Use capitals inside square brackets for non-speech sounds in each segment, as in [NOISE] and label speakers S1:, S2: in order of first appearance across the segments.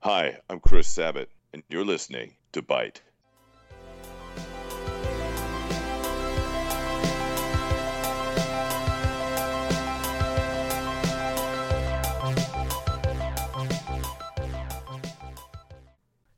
S1: Hi, I'm Chris Sabat, and you're listening to Bite.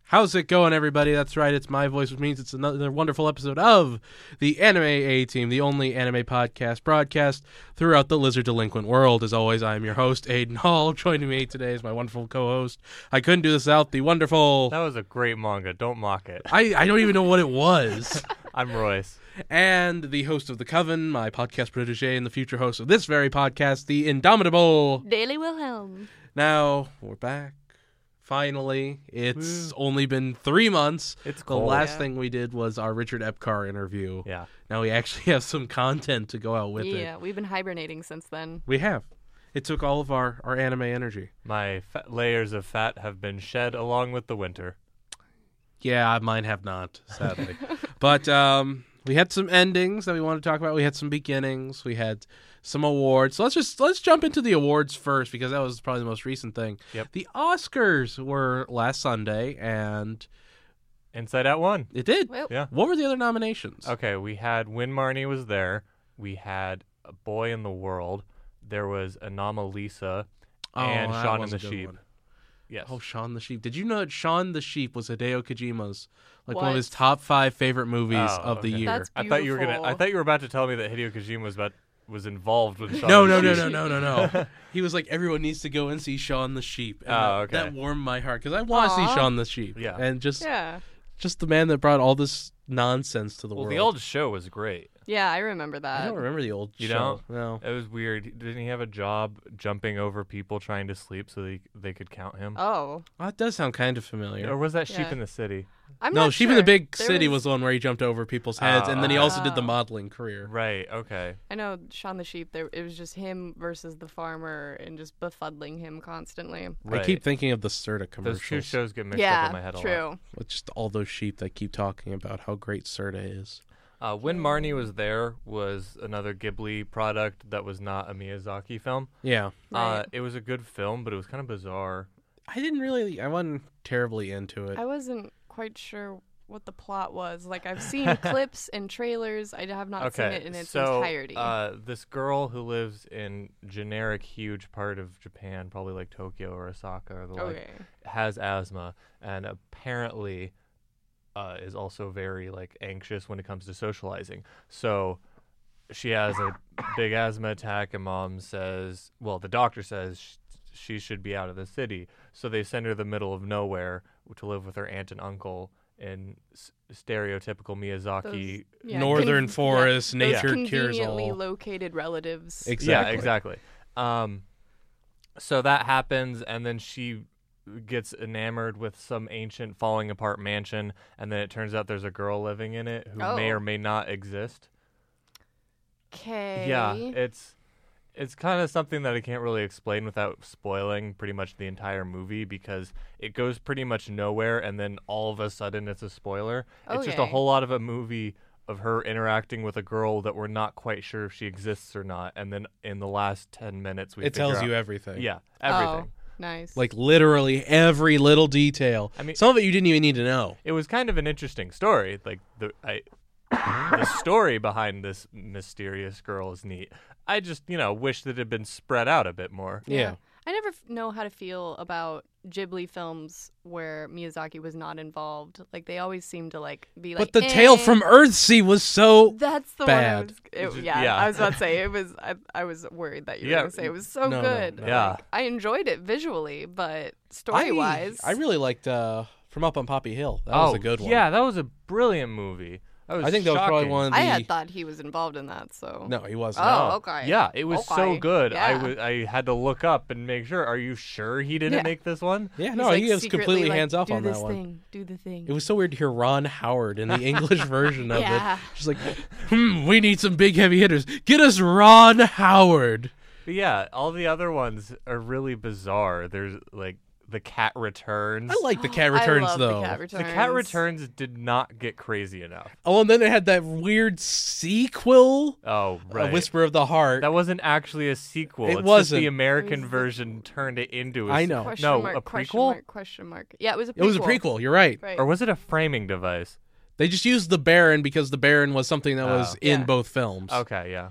S2: How's it going, everybody? That's right, it's my voice, which means it's another wonderful episode of the Anime A Team, the only anime podcast broadcast throughout the lizard delinquent world. As always, I am your host, Aiden Hall. [LAUGHS] Joining me today is my wonderful co host. I couldn't do this out, the wonderful.
S3: That was a great manga. Don't mock it.
S2: I, I don't even know what it was.
S3: I'm Royce.
S2: and the host of The Coven, my podcast protege, and the future host of this very podcast, the Indomitable.
S4: Daily Wilhelm.
S2: Now, we're back. Finally, it's only been three months.
S3: It's
S2: The
S3: cold.
S2: last
S4: Yeah.
S2: thing we did was our Richard Epcar interview.
S3: Yeah.
S2: Now we actually [LAUGHS] have some content to go out with
S4: yeah,
S2: it.
S4: we've been hibernating since then.
S2: We have. It took all of our, our anime energy.
S3: My fa- layers of fat have been shed along with the winter.
S2: Yeah, mine have not, sadly. but um, we had some endings that we want to talk about. We had some beginnings. We had some awards. So let's just let's jump into the awards first because that was probably the most recent thing.
S3: Yep.
S2: The Oscars were last Sunday, and
S3: Inside Out 1.
S2: it did.
S4: Well,
S3: Yeah.
S2: What were the other nominations?
S3: Okay, we had When Marnie Was There. We had A Boy in the World. There was Anomalisa.
S2: Oh,
S3: and
S2: that
S3: Shaun
S2: was
S3: and
S2: a
S3: the
S2: good
S3: Sheep.
S2: one.
S3: Yes.
S2: Oh, Shaun the Sheep. Did you know that Shaun the Sheep was Hideo Kojima's like one of
S4: What?
S2: his top five favorite movies
S3: Oh,
S2: of the
S3: okay.
S2: year?
S4: That's
S3: I thought you were gonna. I
S4: beautiful.
S3: thought you were about to tell me that Hideo Kojima was about was involved with. Shaun
S2: no,
S3: the
S2: no, no,
S3: Sheep.
S2: no, no, no,
S3: [LAUGHS]
S2: no. he was like, everyone needs to go and see Shaun the Sheep. And
S3: Oh,
S2: that,
S3: okay.
S2: That warmed my heart because I want to see
S4: Aw.
S2: Shaun the Sheep.
S3: Yeah.
S2: And just
S4: Yeah.
S2: just the man that brought all this nonsense to the
S3: Well,
S2: world.
S3: the old show was great.
S4: Yeah, I remember
S2: I
S4: that.
S2: don't remember the old
S3: You
S2: show. No.
S3: It was weird. Didn't he have a job jumping over people trying to sleep so they they could count him?
S4: Oh.
S2: Well, that does sound kind of familiar.
S3: Or was that Sheep
S4: Yeah.
S3: in the City?
S4: I'm
S2: no,
S4: not
S2: Sheep in the
S4: sure.
S2: Big
S4: There
S2: City was... the one where he jumped over people's heads, and then
S3: Ah.
S2: he also did the
S4: Oh.
S2: modeling career.
S3: Right. Okay.
S4: I know Shaun the Sheep, there it was just him versus the farmer and just befuddling him constantly.
S3: Right.
S2: I keep thinking of the Serta
S3: Those two
S2: commercials.
S3: shows get mixed up
S4: yeah,
S3: in my head a lot.
S4: true.
S2: with just all those sheep that keep talking about how great Serta is.
S3: Uh, when Marnie was there was another Ghibli product that was not a Miyazaki film.
S2: Yeah.
S3: Uh, it was a good film, but it was kind of bizarre.
S2: I didn't really. I wasn't terribly into it.
S4: I wasn't quite sure what the plot was. Like I've
S2: [LAUGHS]
S4: seen clips and trailers. I have not
S3: okay,
S4: seen it in its
S3: so
S4: entirety.
S3: Uh, this girl who lives in generic huge part of Japan, probably like Tokyo or Osaka or the like,
S4: okay.
S3: has asthma and apparently uh, is also very like anxious when it comes to socializing. So she has a big asthma attack, and mom says, well, the doctor says sh- she should be out of the city. So they send her to the middle of nowhere to live with her aunt and uncle in s- stereotypical Miyazaki.
S4: Those- yeah,
S2: Northern
S4: conv- yeah,
S2: forest,
S4: those
S2: nature cures
S4: conveniently
S2: all.
S4: located relatives.
S3: Yeah, exactly. Um, so that happens, and then she gets enamored with some ancient falling apart mansion, and then it turns out there's a girl living in it who may
S4: Oh.
S3: or may not exist.
S4: Okay.
S3: Yeah, it's it's kind of something that I can't really explain without spoiling pretty much the entire movie because it goes pretty much nowhere, and then all of a sudden it's a spoiler. It's just a
S4: Okay.
S3: whole lot of a movie of her interacting with a girl that we're not quite sure if she exists or not, and then in the last ten minutes we
S2: It
S3: figure
S2: tells
S3: out-
S2: you everything.
S3: yeah, everything.
S4: Oh, nice.
S2: Like literally every little detail.
S3: I mean-
S2: some of it you didn't even need to know.
S3: It was kind of an interesting story. Like the I, the story behind this mysterious girl is neat. I just you know wish that it had been spread out a bit more.
S2: Yeah.
S4: I never f- know how to feel about Ghibli films where Miyazaki was not involved. Like they always seem to like be like.
S2: but the tale
S4: "Eh."
S2: from Earthsea was so.
S4: That's the one. I
S2: Bad.
S4: was, it-
S3: Just-
S4: yeah,
S3: yeah.
S4: I was about
S3: [LAUGHS]
S4: to say it was. I, I was worried that you were
S3: Yeah.
S4: going to say it was so
S2: No, no,
S4: good.
S2: no.
S3: Yeah.
S4: Like, I enjoyed it visually, but story wise,
S2: I, I really liked uh, From Up on Poppy Hill. That was a good one.
S3: Oh, Yeah, that was a brilliant movie. That was
S2: I think that was probably
S3: shocking.
S2: one of the.
S4: I had thought he was involved in that. So
S2: No, he wasn't.
S4: Oh,
S3: Oh,
S4: okay.
S3: Yeah, it was so
S4: Okay.
S3: good. I
S4: Yeah.
S3: wa- I had to look up and make sure. Are you sure he didn't
S4: Yeah.
S3: make this one?
S2: Yeah,
S4: He's,
S2: no,
S4: like,
S2: he was
S4: secretly,
S2: completely
S4: like,
S2: hands off
S4: do
S2: on
S4: this
S2: that one.
S4: Thing, do the thing.
S2: It was so weird to hear Ron Howard in the
S4: [LAUGHS]
S2: English version of
S4: Yeah.
S2: it. Just like, hmm, we need some big heavy hitters. Get us Ron Howard.
S3: But yeah, all the other ones are really bizarre. There's like The Cat Returns.
S2: I
S4: [GASPS]
S2: like the cat
S4: I
S2: returns
S4: love
S2: though.
S4: The cat
S3: the
S4: returns.
S3: Cat Returns did not get crazy enough.
S2: oh, and then they had that weird sequel,
S3: Oh,
S2: uh,
S3: right.
S2: Whisper of the Heart.
S3: That wasn't actually a sequel.
S2: It
S3: it's just
S2: wasn't.
S3: the American
S4: It was-
S3: version turned it into a
S2: I
S3: s-
S2: know.
S4: Question
S3: No,
S4: mark,
S3: a
S4: Question
S3: prequel?
S4: mark, question mark. Yeah, it was a prequel.
S2: it was a prequel. You're right.
S4: Right.
S3: Or was it a framing device?
S2: They just used the Baron because the Baron was something that was
S3: Oh.
S2: in
S4: Yeah.
S2: both films.
S3: Okay, yeah.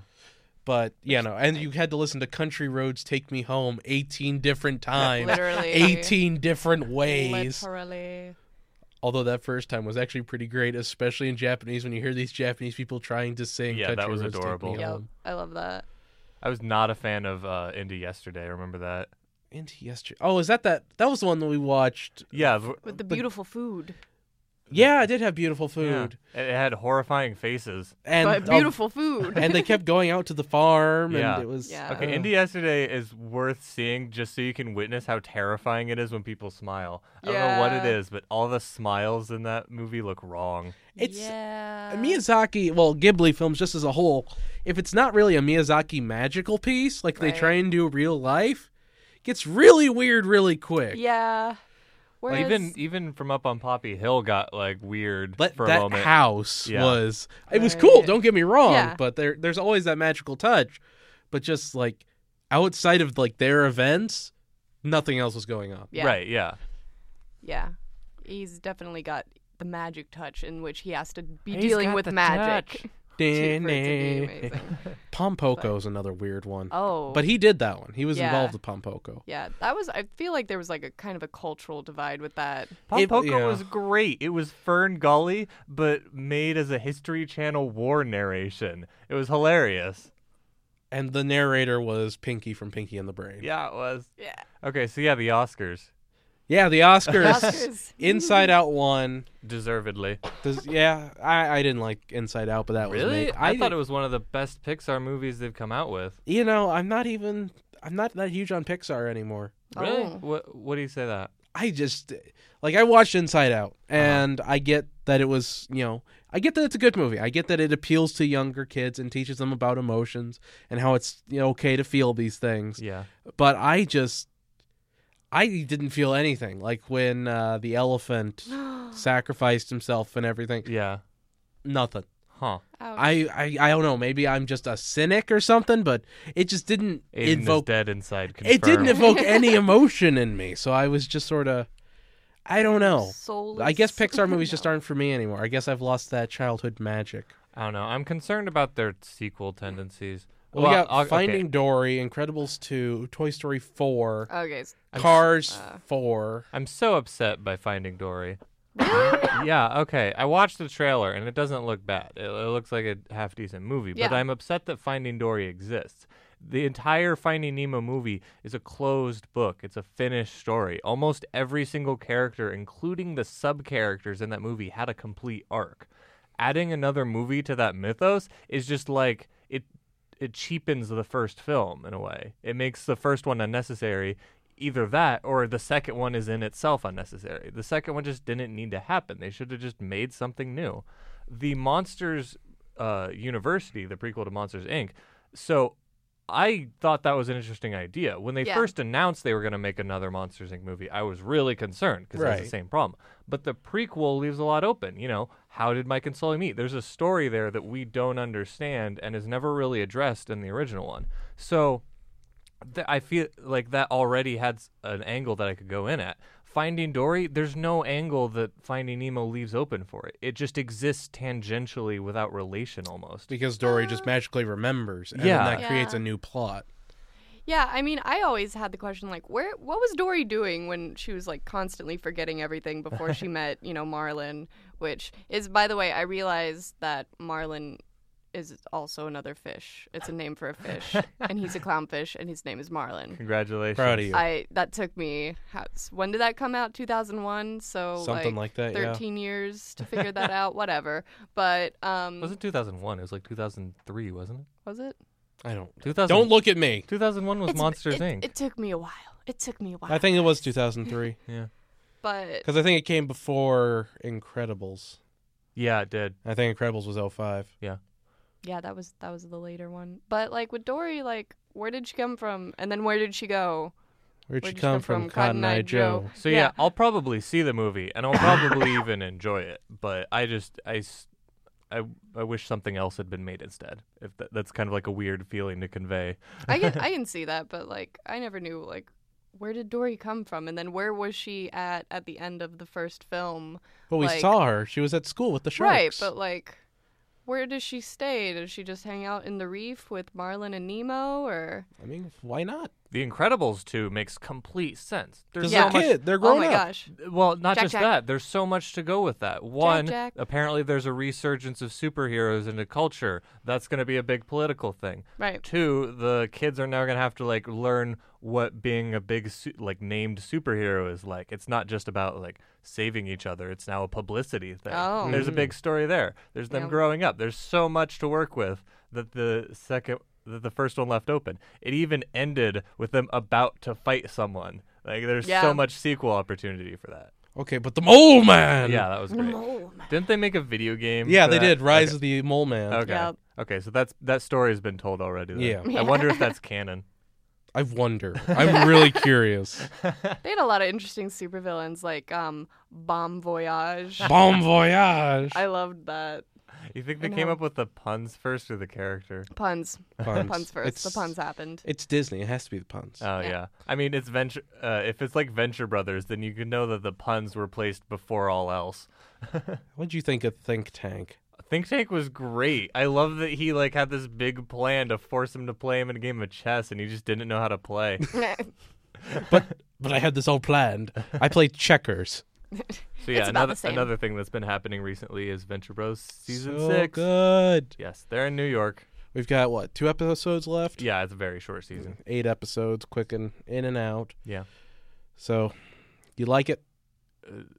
S2: But you know, and you had to listen to Country Roads Take Me Home 18 different times,
S4: Literally.
S2: 18 different ways.
S4: Literally.
S2: Although that first time was actually pretty great, especially in Japanese when you hear these Japanese people trying to sing
S3: Yeah,
S2: Country
S3: that was
S2: Roads Take Me
S3: adorable.
S4: Yep.
S2: Home.
S4: I love that.
S3: I was not a fan of uh, Indy yesterday. Remember that?
S2: And yesterday. Oh, is that that that was the one that we watched?
S3: Yeah. v-
S4: With the
S2: But-
S4: beautiful food.
S2: Yeah, I did have beautiful
S3: yeah.
S2: food.
S3: It it had horrifying faces.
S2: And
S4: but
S2: oh,
S4: beautiful [LAUGHS]
S2: [LAUGHS]
S4: food.
S2: and they kept going out to the farm
S3: Yeah.
S2: and it was
S4: Yeah.
S3: Okay,
S2: uh,
S3: Indy yesterday is worth seeing just so you can witness how terrifying it is when people smile. I don't know what it
S4: Yeah.
S3: is, but all the smiles in that movie look wrong.
S2: It's-
S4: yeah.
S2: Miyazaki, well, Ghibli films just as a whole, if it's not really a Miyazaki magical piece, like they
S4: Right.
S2: try and do real life, gets really weird really quick.
S4: Yeah. Whereas,
S3: Even even from up on Poppy Hill got like weird
S2: But
S3: for a
S2: that
S3: moment.
S2: house
S3: Yeah.
S2: was it was cool,
S4: Right.
S2: don't get me wrong,
S4: Yeah.
S2: but there there's always that magical touch. But just like outside of like their events, nothing else was going on.
S4: yeah,
S3: Right, yeah.
S4: Yeah. He's definitely got the magic touch in which he has to be
S3: He's
S4: dealing
S3: got
S4: with
S3: the touch.
S4: magic. [LAUGHS] to- for it to be amazing.
S2: [LAUGHS] Pompoko is another weird one.
S4: Oh.
S2: But he did that one. He was
S4: Yeah.
S2: involved with Pompoko.
S4: yeah, that was. I feel like there was like a kind of a cultural divide with that.
S2: It-
S3: Pompoko
S2: yeah.
S3: was great. It was Fern Gully, but made as a History Channel war narration. It was hilarious.
S2: And the narrator was Pinky from Pinky and the Brain.
S3: Yeah, it was.
S4: Yeah.
S3: Okay, so yeah, the Oscars.
S2: Yeah, the Oscars.
S4: Oscars.
S2: [LAUGHS] Inside Out won.
S3: Deservedly.
S2: Does yeah, I, I didn't like Inside Out, but that was me.
S3: I, thought
S2: did-
S3: it was one of the best Pixar movies they've come out with.
S2: You know, I'm not even. I'm not that huge on Pixar anymore.
S3: Really?
S4: Oh.
S3: What what do you say that?
S2: I just like I watched Inside Out,
S3: Uh-huh.
S2: and I get that it was you know I get that it's a good movie. I get that it appeals to younger kids and teaches them about emotions and how it's you know, okay to feel these things.
S3: Yeah.
S2: But I just I didn't feel anything like when uh, the
S3: [GASPS]
S2: elephant sacrificed himself and everything.
S3: Yeah. Oh.
S2: Nothing.
S3: Huh.
S4: Ouch.
S2: I, I I don't know. Maybe I'm just a cynic or something, but it just didn't
S3: Aiden is
S2: evoke.
S3: dead inside. Confirmed.
S2: It didn't evoke
S3: [LAUGHS]
S2: any emotion in me, so I was just sort of, I don't know.
S4: Soulless.
S2: I guess Pixar movies just
S4: [LAUGHS] No.
S2: aren't for me anymore. I guess I've lost that childhood magic.
S3: I don't know. I'm concerned about their sequel tendencies.
S2: Well, we
S3: Well,
S2: got
S3: I'll- okay.
S2: Oh, Finding Dory, Incredibles two, Toy Story four,
S4: Okay. so-
S3: I'm s-
S2: Cars
S4: uh,
S2: four.
S3: I'm so upset by Finding Dory. [LAUGHS] yeah, okay. I watched the trailer and it doesn't look bad. It, it looks like a half decent movie, but
S4: Yeah.
S3: I'm upset that Finding Dory exists. The entire Finding Nemo movie is a closed book. It's a finished story. Almost every single character, including the sub characters in that movie, had a complete arc. Adding another movie to that mythos is just like it it cheapens the first film in a way. It makes the first one unnecessary. Either that or the second one is in itself unnecessary. The second one just didn't need to happen. They should have just made something new. The Monsters uh, University, the prequel to Monsters Inc. So I thought that was an interesting idea. When they
S4: Yeah.
S3: first announced they were going to make another Monsters Inc. movie, I was really concerned because it was
S2: Right.
S3: the same problem. But the prequel leaves a lot open. You know, how did Mike and Sully meet? There's a story there that we don't understand and is never really addressed in the original one. So th- I feel like that already had s- an angle that I could go in at. Finding Dory, there's no angle that Finding Nemo leaves open for it. It just exists tangentially without relation almost.
S2: Because Dory just magically remembers, and
S3: Yeah.
S2: then that creates
S4: Yeah.
S2: a new plot.
S4: Yeah, I mean, I always had the question like, where, what was Dory doing when she was like constantly forgetting everything before
S2: [LAUGHS]
S4: she met, you know, Marlin? Which is, by the way, I realized that Marlin is also another fish. It's a name for
S2: [LAUGHS]
S4: a fish, and he's a clownfish, and his name is Marlin.
S3: Congratulations.
S2: Proud of you.
S4: I that took me. How, when did that come out? Two thousand one. So
S2: Something like, that. yeah.
S4: thirteen
S2: [LAUGHS]
S4: years to figure that out. Whatever. But um,
S3: It wasn't 2001. It was like 2003, wasn't it?
S4: was it?
S2: I don't.
S3: 2000,
S2: Don't look at me.
S3: 2001 was
S4: It's-
S3: Monsters
S4: it,
S3: Inc.
S4: It took me a while. It took me a while.
S2: I think it was 2003
S3: yeah.
S4: but
S2: because I think it came before Incredibles.
S3: Yeah, it did.
S2: I think Incredibles was 05.
S4: Yeah, that was that was the later one. But like with Dory, like where did she come from, and then where did she go?
S2: Where'd you come, from, Cotton Eye Joe?
S3: So yeah. I'll probably see the movie and I'll
S4: [LAUGHS]
S3: probably even enjoy it, but I just I, s- I- I wish something else had been made instead. If tha- that's kind of like a weird feeling to convey.
S4: I can
S2: [LAUGHS]
S4: I can see that, but like I never knew like where did Dory come from, and then where was she at at the end of the first film?
S2: Well, we
S4: Like-
S2: saw her. She was at school with the sharks.
S4: Right, but like, where does she stay? Does she just hang out in the reef with Marlin and Nemo, or
S2: I mean, why not?
S3: The Incredibles 2 makes complete sense. There's
S2: Because
S4: Yeah.
S3: so
S2: they're
S3: much
S2: kid. They're
S4: oh
S2: grown
S4: my
S2: up.
S4: gosh,
S3: Well, not
S4: Jack,
S3: just
S4: Jack.
S3: that. There's so much to go with that. One,
S4: Jack.
S3: apparently there's a resurgence of superheroes into culture. That's going to be a big political thing.
S4: right?
S3: Two, the kids are now going to have to like learn what being a big su- like named superhero is like. It's not just about like saving each other. It's now a publicity thing.
S4: Oh.
S3: There's a
S2: Mm.
S3: big story there. There's them
S4: Yeah.
S3: growing up. There's so much to work with that the second that the first one left open. It even ended with them about to fight someone. Like there's
S4: Yeah.
S3: so much sequel opportunity for that.
S2: Okay, but the Mole Man.
S3: Yeah, that was great. Didn't they make a video game?
S2: Yeah,
S3: for
S2: they
S3: that?
S2: did. Rise
S3: Okay.
S2: of the Mole Man.
S3: Okay.
S4: Yep.
S3: Okay, so that's that story has been told already. then.
S2: Yeah.
S4: Yeah.
S3: I wonder if
S4: [LAUGHS]
S3: that's canon.
S2: I wonder. I'm really curious.
S4: They had a lot of interesting supervillains, like um, Bomb Voyage.
S2: [LAUGHS] [LAUGHS] Bon voyage.
S4: I loved that
S3: You think they
S4: And
S3: came
S4: how-
S3: up with the puns first or the character?
S4: puns.
S2: Puns.
S4: Puns first.
S2: It's,
S4: The puns happened.
S2: It's Disney. It has to be the puns.
S3: Oh yeah.
S4: Yeah.
S3: I mean, it's venture. Uh, if it's like Venture Brothers, then you can know that the puns were placed before all else.
S2: What'd you think of Think Tank?
S3: Think Tank was great. I love that he like had this big plan to force him to play him in a game of chess, and he just didn't know how to play.
S2: [LAUGHS]
S3: [LAUGHS]
S2: But but I had this all planned. I played checkers.
S3: So yeah,
S4: It's about the
S3: another
S4: same.
S3: another thing that's been happening recently is Venture Bros. [LAUGHS] season
S2: so
S3: six.
S2: good.
S3: Yes, they're in New York.
S2: We've got what two episodes left?
S3: Yeah, it's a very short season.
S2: Eight episodes, quick and in and out.
S3: Yeah.
S2: So, you like it?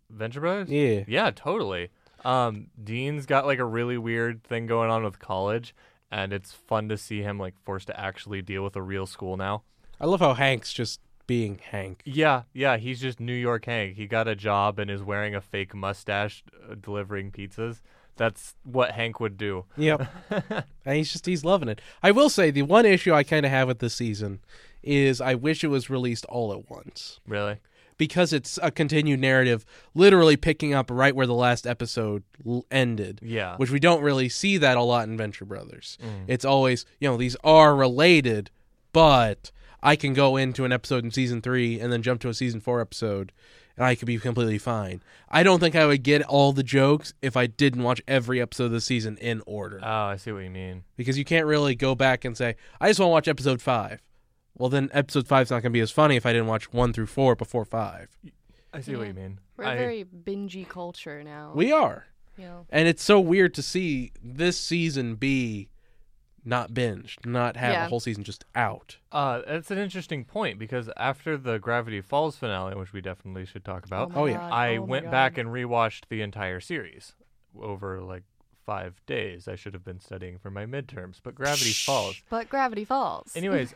S3: Venture Brothers?
S2: Yeah.
S3: Yeah, totally. Um, Dean's got like a really weird thing going on with college, and it's fun to see him like forced to actually deal with a real school now.
S2: I love how Hank's just being Hank.
S3: Yeah, yeah, he's just New York Hank. He got a job and is wearing a fake mustache uh, delivering pizzas. That's what Hank would do. [LAUGHS]
S2: Yep. and he's just he's loving it. I will say the one issue I kind of have with this season is I wish it was released all at once.
S3: Really?
S2: because it's a continued narrative, literally picking up right where the last episode l- ended.
S3: Yeah.
S2: Which we don't really see that a lot in Venture Brothers. It's always, you know, these are related, but I can go into an episode in season three and then jump to a season four episode and I could be completely fine. I don't think I would get all the jokes if I didn't watch every episode of the season in order
S3: Oh, I see what you mean.
S2: because you can't really go back and say, I just want to watch episode five. Well, then episode five's not going to be as funny if I didn't watch one through four before five.
S3: I see what you mean.
S4: [LAUGHS] We're
S3: I-
S4: a very bingy culture now.
S2: We are.
S4: you know.
S2: And it's so weird to see this season be not binged, not have
S4: Yeah.
S2: a whole season just out.
S3: uh, that's an interesting point because after the Gravity Falls finale, which we definitely should talk about,
S4: my
S2: Oh, yeah.
S4: God,
S3: I
S4: oh my
S3: went
S4: God.
S3: back and rewatched the entire series over like five days. I should have been studying for my midterms, but Gravity Falls.
S4: But Gravity Falls. [LAUGHS]
S3: Anyways,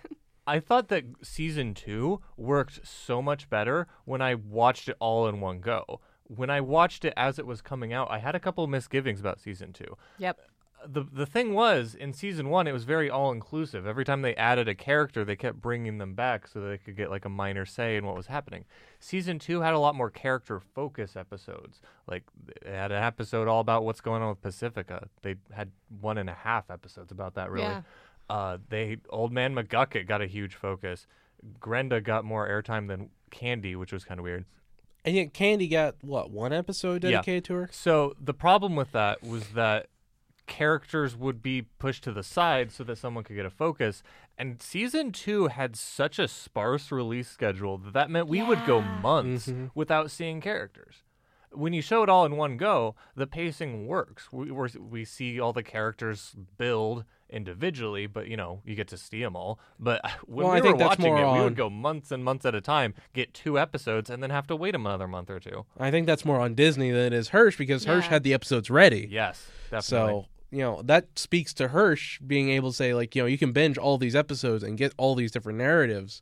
S3: I thought that season two worked so much better when I watched it all in one go. When I watched it as it was coming out, I had a couple of misgivings about season two
S4: Yep.
S3: the the thing was in season one it was very all inclusive. Every time they added a character, they kept bringing them back so they could get like a minor say in what was happening. Season two had a lot more character focus episodes. Like they had an episode all about what's going on with Pacifica. They had one and a half episodes about that really.
S4: Yeah.
S3: Uh, they old man McGucket got a huge focus. Grenda got more airtime than Candy, which was kind of weird.
S2: And yet Candy got what, one episode
S3: Yeah.
S2: dedicated to her?
S3: So the problem with that was that characters would be pushed to the side so that someone could get a focus. And season two had such a sparse release schedule that that meant we would go months
S2: Mm-hmm.
S3: without seeing characters. When you show it all in one go, the pacing works. We we're, we see all the characters build individually, but you know you get to see them all. But [LAUGHS] when
S2: Well,
S3: we
S2: I think
S3: were
S2: that's
S3: watching
S2: more
S3: it, we
S2: on-
S3: would go months and months at a time, get two episodes, and then have to wait another month or two.
S2: I think that's more on Disney than it is Hirsch because Hirsch
S4: Yeah.
S2: had the episodes ready.
S3: Yes, definitely.
S2: So, you know, that speaks to Hirsch being able to say, like, you know, you can binge all these episodes and get all these different narratives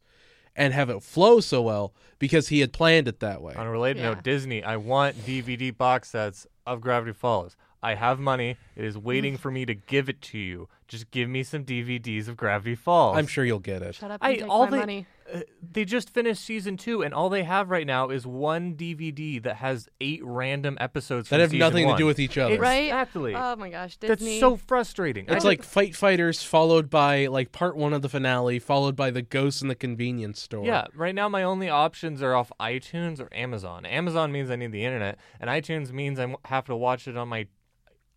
S2: and have it flow so well because he had planned it that way.
S3: On a related
S4: Yeah.
S3: note, Disney, I want DVD box sets of Gravity Falls. I have money. It is waiting for me to give it to you. Just give me some DVDs of Gravity Falls.
S2: I'm sure you'll get it.
S4: Shut up and
S3: I
S4: take
S3: all
S4: my
S3: they
S4: money.
S3: uh, they just finished season two, and all they have right now is one DVD that has eight random episodes
S2: that
S3: from
S2: have
S3: season
S2: nothing to
S3: one.
S2: do with each other.
S4: Right.
S3: Exactly.
S4: Oh my gosh,
S3: That's
S4: Disney.
S3: so frustrating. I
S2: It's like Fight Fighters followed by like part one of the finale, followed by the Ghost in the Convenience Store.
S3: Yeah, right now my only options are off iTunes or Amazon. Amazon means I need the internet, and iTunes means I have to watch it on my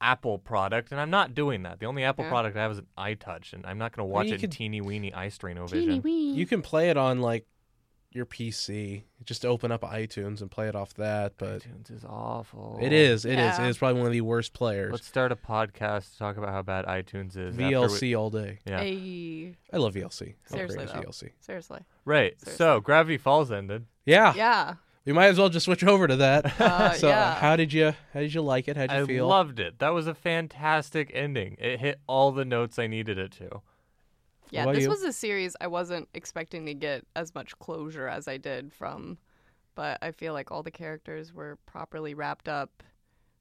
S3: Apple product, and I'm not doing that. The only Apple
S4: Yeah.
S3: product I have is an iTouch, and I'm not going to watch
S2: you
S3: it
S2: could-
S3: in teeny weeny eye strain
S4: teeny
S3: vision.
S4: wee.
S2: You can play it on like your PC. Just open up iTunes and play it off that, but
S3: iTunes is awful.
S2: it is, it is,
S4: Yeah.
S2: It is probably one of the worst players.
S3: Let's start a podcast to talk about how bad iTunes is. after we-
S2: VLC all day.
S3: yeah.
S4: Ay,
S2: I love E VLC. How great E
S4: Seriously,
S2: is
S4: though.
S2: VLC.
S4: seriously.
S3: Right.
S4: Seriously.
S3: So Gravity Falls ended.
S2: Yeah. [LAUGHS]
S4: Yeah.
S2: We might as well just switch over to that.
S4: [LAUGHS] Uh,
S2: Ah. [LAUGHS] so,
S4: yeah.
S2: how did you how did you like it? How did you
S3: I
S2: feel?
S3: loved it. That was a fantastic ending. It hit all the notes I needed it to.
S4: yeah,
S2: about
S4: this
S2: you?
S4: was a series I wasn't expecting to get as much closure as I did from, but I feel like all the characters were properly wrapped up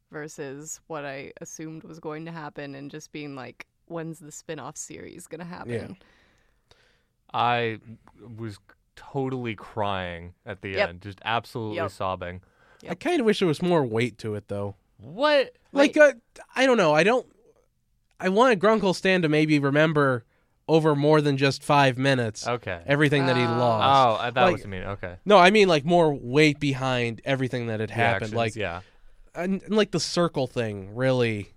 S4: versus what I assumed was going to happen and just being like, when's the spin off series going to happen?
S3: I was totally crying at the
S4: Yep.
S3: end, just absolutely
S4: Yep.
S3: sobbing.
S2: I kind of wish there was more weight to it though.
S3: What?
S2: Like uh, I don't know. I don't. I want Grunkle Stan to maybe remember over more than just five minutes
S3: Okay.
S2: everything that he
S4: Oh.
S3: oh,
S2: lost.
S3: I- that
S2: Like-
S3: was mean. Okay.
S2: No, I mean like more weight behind everything that had happened. like
S3: Reactions, yeah. [LAUGHS]
S2: and, and, like the circle thing really.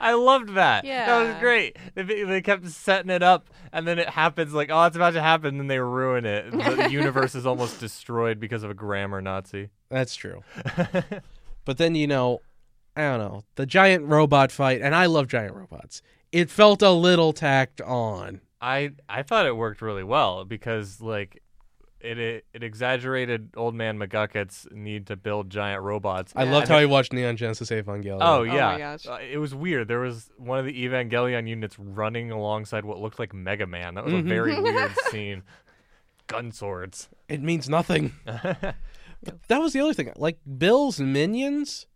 S3: I loved that. That was
S4: Yeah.
S3: great. They, they kept setting it up, and then it happens. Like, oh, it's about to happen. Then they ruin
S4: [LAUGHS]
S3: it. The universe is almost destroyed because of a grammar Nazi.
S2: That's true. But then you know, I don't know the giant robot fight, and I love giant robots. It felt a little tacked on.
S3: I I thought it worked really well because like it it, it exaggerated old man McGucket's need to build giant robots.
S2: I
S4: Yeah.
S2: loved how he watched Neon Genesis Evangelion.
S3: Oh
S4: my
S3: yeah,
S4: gosh.
S3: Uh, it was weird. There was one of the Evangelion units running alongside what looked like Mega Man. That was
S2: Mhm.
S3: a
S4: Mm-hmm.
S3: very weird
S4: [LAUGHS]
S3: scene. Gun swords.
S2: it means
S3: [LAUGHS]
S2: nothing. But that was the other thing. Like Bill's minions,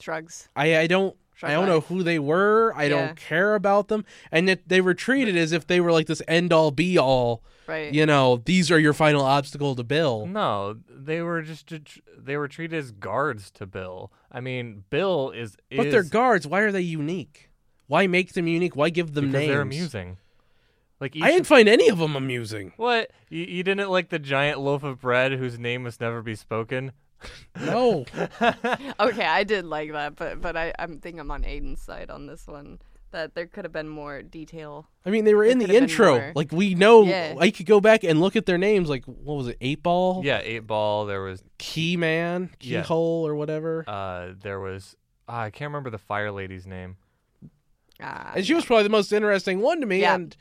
S4: Shrugs.
S2: I I don't
S4: Shrug
S2: I don't know
S4: life.
S2: who they were. I
S4: Yeah.
S2: don't care about them, and yet they were treated as if they were like this end all be all.
S4: Right.
S2: You know, these are your final obstacle to Bill.
S3: No, they were just they were treated as guards to Bill. I mean, Bill is, is
S2: But they're guards. Why are they unique? Why make them unique? Why give them
S3: because
S2: names?
S3: they're amusing. Like each
S2: I didn't find any of them amusing.
S3: [LAUGHS] What? You, you didn't like the giant loaf of bread whose name must never be spoken? [LAUGHS]
S2: No. Oh.
S4: okay, I did like that, but but I I'm think I'm on Aiden's side on this one. That there could have been more detail.
S2: I mean, they were in
S4: There
S2: the
S4: could've been
S2: intro.
S4: more.
S2: Like we know,
S4: Yeah.
S2: I could go back and look at their names. Like what was it? Eight Ball,
S3: Yeah, eight ball. There was,
S2: Key Man,
S3: Yeah.
S2: Keyhole, or whatever.
S3: uh, there was. ah, I can't remember the fire lady's name.
S4: Ah,
S2: and she was probably the most interesting one to me.
S4: Yeah.
S2: And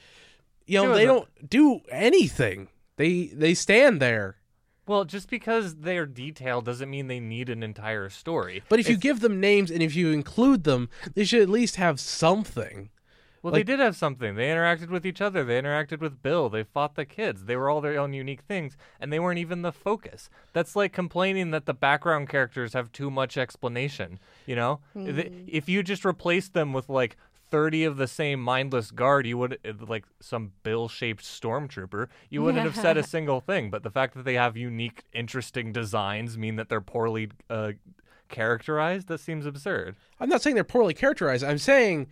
S2: you
S3: She
S2: know,
S3: was
S2: they
S3: a-
S2: don't do anything. They they stand there.
S3: Well, just because they're detailed doesn't mean they need an entire story.
S2: But if you give them names and if you include them, they should at least have something.
S3: Well,
S2: like-
S3: they did have something. They interacted with each other. They interacted with Bill. They fought the kids. They were all their own unique things, and they weren't even the focus. That's like complaining that the background characters have too much explanation. You know, Th- if you just replace them with like. 30 of the same mindless guard you would uh, like some bill-shaped stormtrooper you wouldn't have said a single thing but the fact that they have unique interesting designs mean that they're poorly uh, characterized that seems absurd
S2: I'm not saying they're poorly characterized. I'm saying,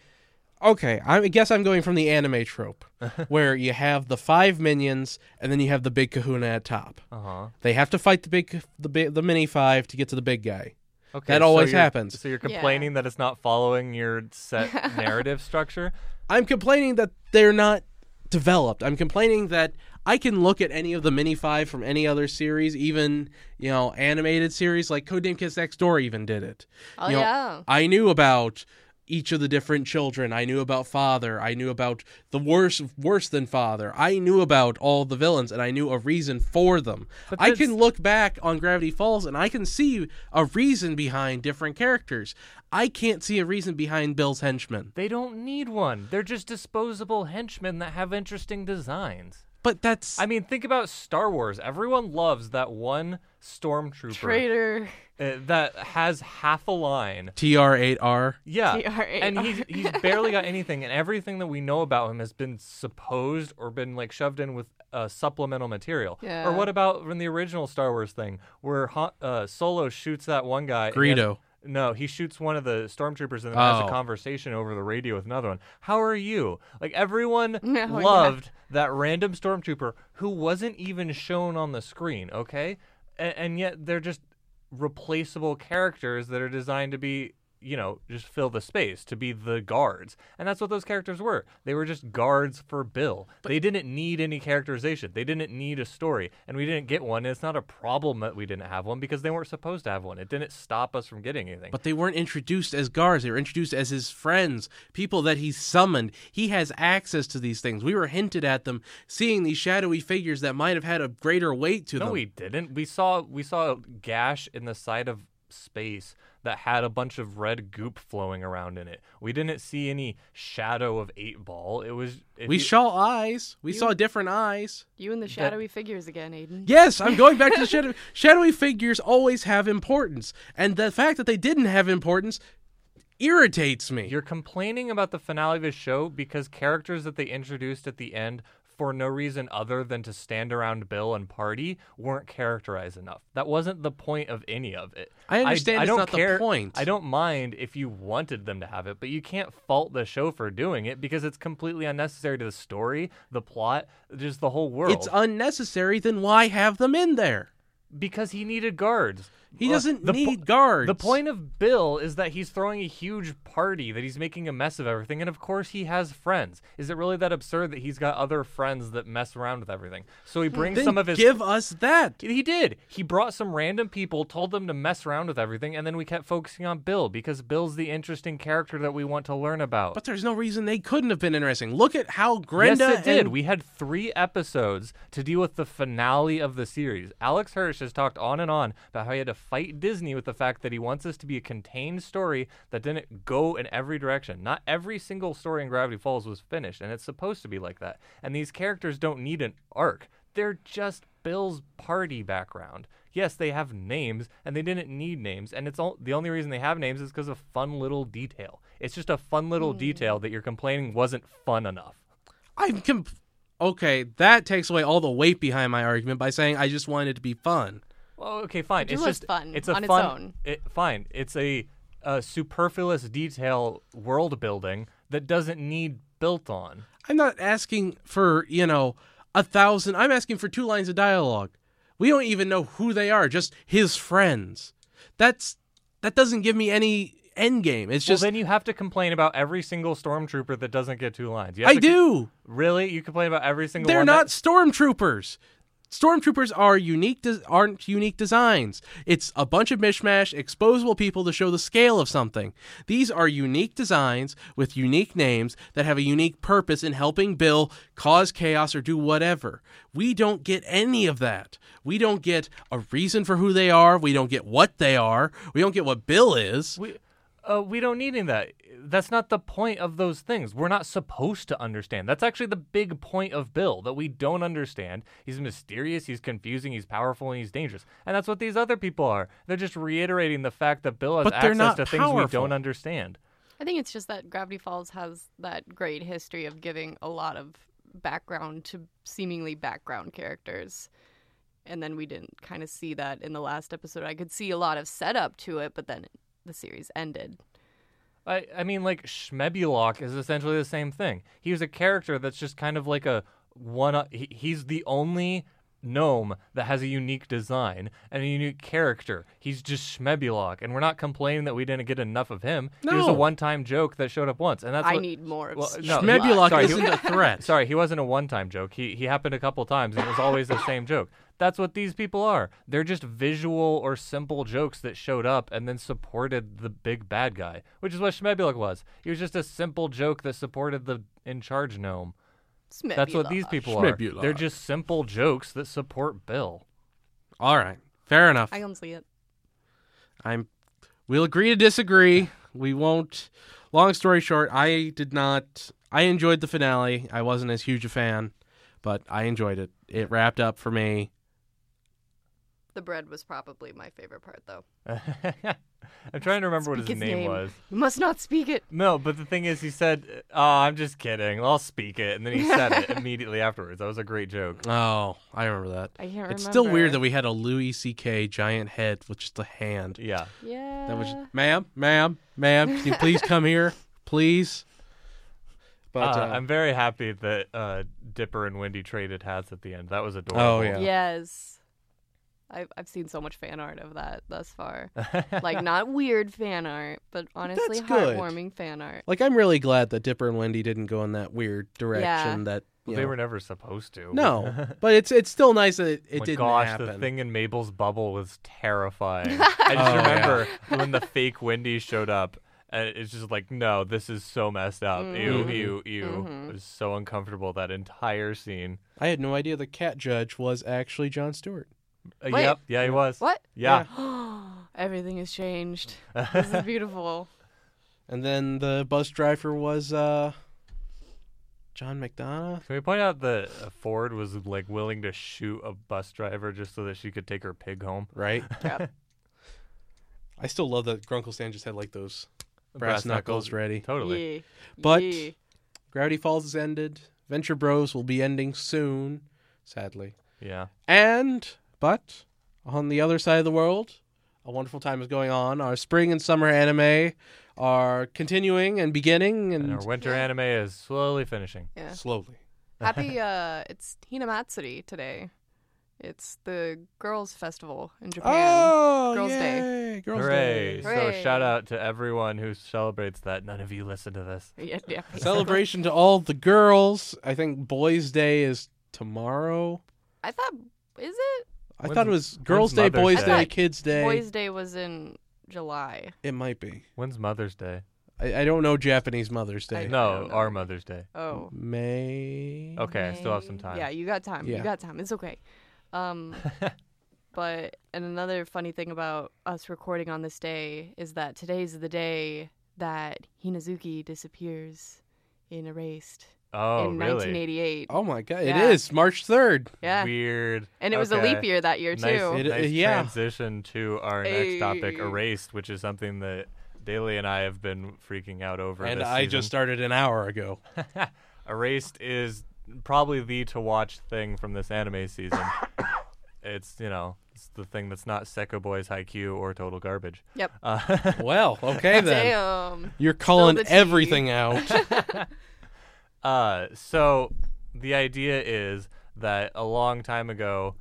S2: okay, I guess I'm going from the anime trope, where you have the five minions and then you have the big Kahuna at top.
S3: uh-huh
S2: They have to fight the big, the big, the mini five to get to the big guy.
S3: Okay,
S2: That always
S3: you're-
S2: happens.
S3: So you're
S4: Yeah.
S3: complaining that it's not following your set
S4: [LAUGHS]
S3: narrative structure.
S2: I'm complaining that they're not developed. I'm complaining that I can look at any of the mini five from any other series, even you know animated series like Codename Kiss Next Door even did it.
S4: Oh
S2: You know,
S4: yeah.
S2: I knew about each of the different children. I knew about father. I knew about the worse worse than father. I knew about all the villains and I knew a reason for them.
S3: But
S2: I
S3: that's-
S2: can look back on Gravity Falls and I can see a reason behind different characters. I can't see a reason behind Bill's henchmen.
S3: They don't need one. They're just disposable henchmen that have interesting designs.
S2: But that's
S3: I mean, think about Star Wars. Everyone loves that one stormtrooper
S4: Traitor.
S3: uh, that has half a line.
S2: TR8R.
S3: Yeah.
S4: TR8.
S3: And he's, he's barely got anything, and everything that we know about him has been supposed or been like shoved in with uh, supplemental material.
S4: Yeah.
S3: Or what about from the original Star Wars thing where Han, uh, Solo shoots that one guy? and he has-
S2: Greedo.
S3: no, he shoots one of the stormtroopers and then has
S2: Oh.
S3: a conversation over the radio with another one. How are you? Like everyone
S4: yeah.
S3: loved that random stormtrooper who wasn't even shown on the screen. Okay, and, and yet they're just replaceable characters that are designed to be, you know, just fill the space to be the guards, and that's what those characters were. They were just guards for Bill. they didn't need any characterization. They didn't need a story, and we didn't get one. And it's not a problem that we didn't have one because they weren't supposed to have one. It didn't stop us from getting anything.
S2: But they weren't introduced as guards. They were introduced as his friends, people that he summoned. He has access to these things. We were hinted at them, seeing these shadowy figures that might have had a greater weight to
S3: no,
S2: them.
S3: we didn't. We saw we saw a gash in the side of space that had a bunch of red goop flowing around in it. We didn't see any shadow of eight ball. It was if
S2: We
S3: you-
S2: saw eyes. We saw different eyes.
S4: You and the shadowy figures again, Aiden.
S2: Yes, I'm going back to the
S3: [LAUGHS]
S2: shadow. Shadowy figures always have importance, and the fact that they didn't have importance irritates me.
S3: You're complaining about the finale of his show because characters that they introduced at the end for no reason other than to stand around Bill and party weren't characterized enough. That wasn't the point of any of it.
S2: I understand
S3: I,
S2: it's
S3: don't
S2: not the
S3: care.
S2: point.
S3: I don't mind if you wanted them to have it, but you can't fault the show for doing it because it's completely unnecessary to the story, the plot, just the whole world.
S2: it's unnecessary. Then why have them in there?
S3: because he needed guards.
S2: He
S3: Uh,
S2: doesn't
S3: the po-
S2: need guards.
S3: The point of Bill is that he's throwing a huge party, that he's making a mess of everything, and of course he has friends. Is it really that absurd that he's got other friends that mess around with everything? So he brings
S2: Then
S3: some of his.
S2: Hmm. give us that.
S3: he did. He brought some random people, told them to mess around with everything, and then we kept focusing on Bill because Bill's the interesting character that we want to learn about.
S2: But there's no reason they couldn't have been interesting. Look at how Grenda
S3: yes, it did.
S2: and-
S3: We had three episodes to deal with the finale of the series. Alex Hirsch has talked on and on about how he had to fight Disney with the fact that he wants this to be a contained story that didn't go in every direction. Not every single story in Gravity Falls was finished, and it's supposed to be like that. And these characters don't need an arc, they're just Bill's party background. Yes, they have names, and they didn't need names, and it's all the only reason they have names is because of fun little detail. It's just a fun little detail that you're complaining wasn't fun enough.
S2: I'm com- okay. That takes away all the weight behind my argument by saying I just wanted it to be fun.
S3: Well, okay, fine.
S4: do
S3: It's
S4: list
S3: just
S4: fun
S3: It's a
S4: on its
S3: fun.
S4: own.
S3: It, fine. It's a, a superfluous detail world building that doesn't need built on.
S2: I'm not asking for you know a thousand. I'm asking for two lines of dialogue. We don't even know who they are. Just his friends. That's that doesn't give me any end game. It's just
S3: well, then you have to complain about every single stormtrooper that doesn't get two lines. You have
S2: I
S3: to-
S2: do.
S3: Really? You complain about every single
S2: They're
S3: one?
S2: not
S3: That,
S2: stormtroopers. Stormtroopers are unique des- aren't unique designs. It's a bunch of mishmash, exposable people to show the scale of something. These are unique designs with unique names that have a unique purpose in helping Bill cause chaos or do whatever. We don't get any of that. We don't get a reason for who they are. We don't get what they are. We don't get what Bill is.
S3: we, uh, we don't need any of that. That's not the point of those things. We're not supposed to understand. That's actually the big point of Bill that we don't understand. He's mysterious, he's confusing, he's powerful, and he's dangerous. And that's what these other people are. They're just reiterating the fact that Bill has
S2: But they're
S3: access
S2: not
S3: to things we
S2: powerful.
S3: don't understand.
S4: I think it's just that Gravity Falls has that great history of giving a lot of background to seemingly background characters. And then we didn't kind of see that in the last episode. I could see a lot of setup to it, but then the series ended.
S3: I, I mean, like Schmebulok is essentially the same thing. He was a character that's just kind of like a one. uh, He, he's the only gnome that has a unique design and a unique character. He's just Schmebulok, and we're not complaining that we didn't get enough of him. He was
S2: No.
S3: a one-time joke that showed up once, and that's
S4: I
S3: what,
S4: need more of
S3: Well,
S4: s-
S3: no,
S2: Schmebulok
S3: sorry, he-
S2: isn't a
S3: [LAUGHS]
S2: threat.
S3: Sorry, he wasn't a one-time joke. He he happened a couple times, and it was always [LAUGHS] the same joke. That's what these people are. They're just visual or simple jokes that showed up and then supported the big bad guy, which is what Schmebulok was. He was just a simple joke that supported the in charge gnome.
S4: Smith
S3: That's what
S4: Beloff.
S3: these people are.
S2: Schmebulok.
S3: They're just simple jokes that support Bill. [LAUGHS]
S2: All right. Fair enough.
S4: I uh, can see it.
S2: I'm we'll agree to disagree. We won't long story short, I did not I enjoyed the finale. I wasn't as huge a fan, but I enjoyed it. It wrapped up for me.
S4: The bread was probably my favorite part, though.
S3: I'm trying to remember what
S4: Speak
S3: his, name, was.
S4: You must not speak it.
S3: No, but the thing is, he said, "Oh, I'm just kidding. I'll speak it," and then he said [LAUGHS] it immediately afterwards. That was a great joke.
S2: Oh, I remember that.
S4: I can't remember.
S2: It's still weird that we had a Louis C.K. giant head with just a hand.
S3: Yeah,
S4: Yeah.
S2: That was, ma'am, ma'am, ma'am, can you please come here, please? But
S3: Uh,
S2: uh,
S3: I'm very happy that uh, Dipper and Wendy traded hats at the end. That was adorable.
S2: Oh, yeah.
S4: Yes. I've I've seen so much fan art of that thus far. like
S2: [LAUGHS]
S4: not weird fan art, but honestly
S2: that's good.
S4: heartwarming fan art.
S2: like, I'm really glad that Dipper and Wendy didn't go in that weird direction. That you
S3: they
S2: know-
S3: were never supposed to. [LAUGHS] Oh
S2: no, but it's it's still nice that it, it
S3: My
S2: didn't
S3: gosh,
S2: happen.
S3: the thing in Mabel's bubble was
S4: [LAUGHS]
S3: terrifying. I just
S2: Oh, yeah.
S3: remember when the fake Wendy showed up. And it's just like, no, this is so messed up.
S4: Mhm.
S3: Ew, ew, ew.
S4: Mhm.
S3: It was so uncomfortable that entire scene.
S2: I had no idea the cat judge was actually John Stewart.
S3: Uh,
S4: Wait.
S3: Yep, yeah, he was.
S4: What? [GASPS]
S3: Yeah.
S4: Everything has changed.
S2: [LAUGHS]
S4: This is beautiful.
S2: And then the bus driver was uh, John McDonough.
S3: [LAUGHS] Can we point out that uh, Ford was like willing to shoot a bus driver just so that she could take her pig home?
S2: [LAUGHS] Right.
S4: Yep.
S2: I still love that Grunkle Stan just had like those brass, knuckles, ready.
S3: Totally.
S4: Yee.
S2: But-
S4: Yee.
S2: Gravity Falls is ended. Venture Bros will be ending soon, sadly.
S3: Yeah.
S2: And but on the other side of the world, a wonderful time is going on. Our spring and summer anime are continuing and beginning and,
S3: And our winter anime is slowly finishing.
S4: Yeah.
S2: slowly. [LAUGHS]
S4: Happy uh it's Hinamatsuri today. It's the girls festival in Japan.
S2: Oh,
S4: Girls'
S2: yay.
S4: Day.
S2: Girls
S3: Hooray.
S2: Day.
S3: So
S4: Hooray.
S3: shout out to everyone who celebrates that. None of you listen to this.
S4: Yeah, yeah.
S2: Celebration to all the girls. I think Boys Day is tomorrow.
S4: I thought is it?
S2: I
S3: When's-
S2: thought it was
S3: when's
S2: Girls Day,
S3: Mother's
S2: Boys
S4: Day? I
S2: Day,
S4: thought
S2: Kids Day.
S4: Boys Day was in July.
S2: It might be.
S3: When's Mother's Day?
S2: I, I don't know Japanese Mother's Day.
S4: I
S3: No,
S4: don't know.
S3: our Mother's Day.
S4: Oh.
S2: May.
S3: Okay, I still have some
S4: May.
S3: time.
S4: Yeah, you got time.
S2: Yeah.
S4: You got time. It's okay.
S3: [LAUGHS]
S4: Um, but and another funny thing about us recording on this day is that today's the day that Hinazuki disappears in Erased
S3: Oh,
S4: in
S3: really?
S4: 1988.
S2: Oh my God!
S4: Yeah.
S2: It is March third.
S4: yeah,
S3: Weird.
S4: and it was
S3: Okay.
S4: a leap year that year too.
S3: Nice,
S2: It-
S3: nice
S2: yeah.
S3: transition to our next topic,
S4: Hey.
S3: erased, which is something that Daly and I have been freaking out over.
S2: And
S3: this
S2: I
S3: season.
S2: just started an hour ago.
S3: Erased is probably the to watch thing from this anime season. it's you know it's the thing that's not Seko Boys Haikyuu or total garbage.
S4: Yep.
S3: Uh, [LAUGHS]
S2: Well, okay then.
S4: Damn.
S2: You're calling
S4: the tea.
S2: everything out.
S4: [LAUGHS]
S3: uh, so the idea is that a long time ago,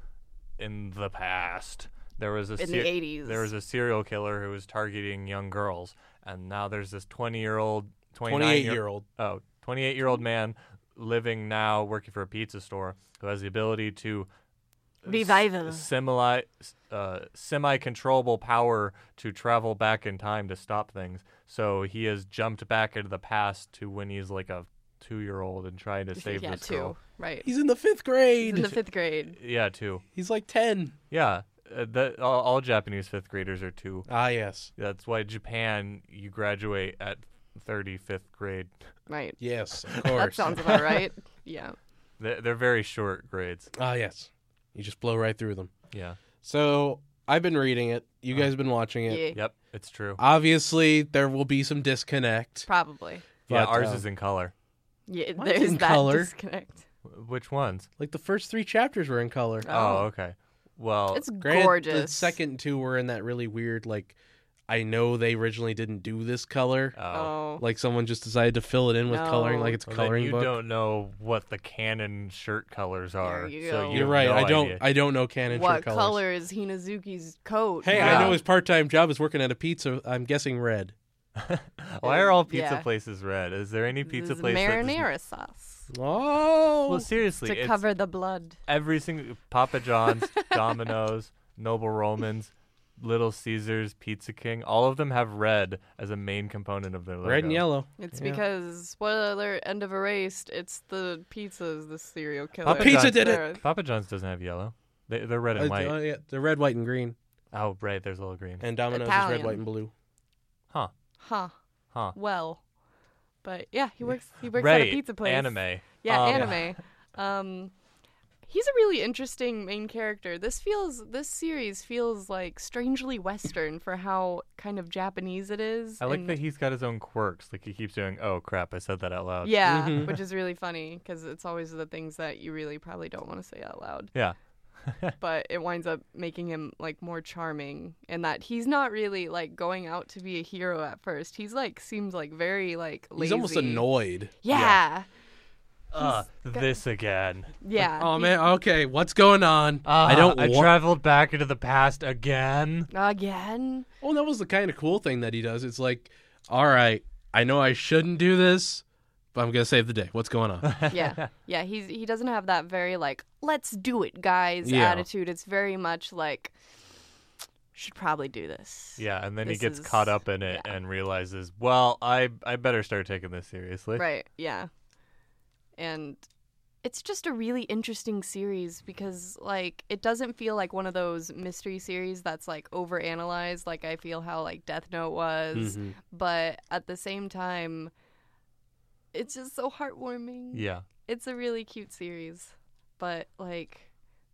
S3: in the past, there was a
S4: In
S3: ser-
S4: the 80s.
S3: there was a serial killer who was targeting young girls, and now there's this 20 year old, 29
S2: Twenty-eight
S3: year
S2: year old.
S3: oh, 28 year old man living now working for a pizza store who has the ability to
S4: Revival.
S3: semi uh, semi controllable power to travel back in time to stop things. So he has jumped back into the past to when he's like a two year old and trying to save
S4: yeah,
S3: this
S4: two.
S3: girl.
S4: Right.
S2: He's in the fifth
S4: He's in
S2: grade.
S4: the fifth grade.
S3: Yeah, two.
S2: He's like ten.
S3: Yeah, uh, that all, all Japanese fifth graders are two.
S2: Ah yes,
S3: That's why Japan you graduate at thirty fifth grade. [LAUGHS]
S4: Right.
S2: yes, of
S4: That
S2: course.
S4: sounds
S2: [LAUGHS]
S4: about right. Yeah.
S3: They're, they're very short grades.
S2: ah yes. You just blow right through them.
S3: Yeah.
S2: So I've been reading it. You guys have been watching it.
S4: Yeah.
S3: Yep, it's true.
S2: Obviously, there will be some disconnect.
S4: Probably.
S3: yeah,
S2: but,
S3: ours
S2: uh,
S3: is in color.
S4: Yeah.
S2: Mine's
S4: There's
S2: in
S4: that
S2: color.
S4: disconnect.
S3: Wh- Which ones?
S2: Like the first three chapters were in color.
S4: Oh.
S3: Oh, okay. Well,
S4: It's
S2: Granted,
S4: gorgeous.
S2: The second two were in that really weird, like, I know they originally didn't do this color.
S3: oh.
S4: Oh.
S2: Like someone just decided to fill it in with coloring,
S4: No.
S2: like it's a
S3: Well, then
S2: coloring
S3: you
S2: book.
S3: don't know what the canon shirt colors are.
S4: you
S3: so
S4: go.
S3: you
S2: You're
S3: have
S2: right.
S3: no
S2: I don't.
S3: idea.
S2: I don't know canon
S4: what
S2: shirt colors.
S4: color is Hinazuki's coat?
S2: Hey,
S3: Yeah.
S2: I know his part-time job is working at a pizza. I'm guessing red.
S3: Why are all pizza
S4: Yeah.
S3: places red? Is there any
S4: This
S3: pizza
S4: is
S3: place that does-
S4: marinara sauce
S2: Oh,
S3: Well, seriously,
S4: to
S3: it's
S4: cover the blood.
S3: every single Papa
S4: [LAUGHS]
S3: John's, Domino's, Noble Romans, Little Caesars, Pizza King. All of them have red as a main component of their logo.
S2: red and yellow.
S4: It's
S2: Yeah.
S4: because spoiler end of erased. It's the pizzas, the serial killer.
S3: Papa
S2: Pizza
S3: John's-
S2: did it.
S4: They're-
S3: Papa John's doesn't have yellow. They, they're red and
S2: Uh,
S3: white.
S2: oh, yeah, the red, white, and green,
S3: Oh, right. There's a little green.
S2: and Domino's is red,
S4: Italian.
S2: white, and blue.
S3: Huh.
S4: Huh.
S3: Huh.
S4: Well, but yeah, he works. He works
S3: right. Um,
S4: at a pizza place.
S3: Anime.
S4: Yeah,
S3: Um,
S4: anime. Um, he's a really interesting main character. This feels this series feels like strangely western for how kind of Japanese it is.
S3: I like
S4: and-
S3: that he's got his own quirks. Like he keeps doing, "Oh crap, I said that out loud."
S4: Yeah,
S2: Mhm.
S4: which is really funny because it's always the things that you really probably don't want to say
S3: [LAUGHS]
S4: out loud.
S3: Yeah.
S4: But it winds up making him like more charming, and that he's not really like going out to be a hero at first. He's like seems like very like lazy.
S2: He's almost annoyed.
S4: Yeah,
S3: Uh, this again.
S4: yeah.
S2: Oh man, okay, what's going on? I don't.
S3: Uh, I
S2: wa-
S3: traveled back into the past again.
S4: Again.
S2: Well, Oh, that was the kind of cool thing that he does. It's like, all right, I know I shouldn't do this, but I'm gonna save the day. What's
S4: [LAUGHS]
S2: going on? [LAUGHS]
S4: yeah yeah he's he doesn't have that very like let's do it guys
S2: Yeah.
S4: attitude it's very much like should probably do this
S3: Yeah, and then he
S4: This
S3: gets caught
S4: is-
S3: up in it and realizes, well, I I better start taking this seriously.
S4: right yeah and it's just a really interesting series because like it doesn't feel like one of those mystery series that's like overanalyzed like i feel how like death note was
S3: Mm-hmm.
S2: Mhm.
S4: but at the same time it's just so heartwarming
S3: Yeah.
S4: it's a really cute series, but like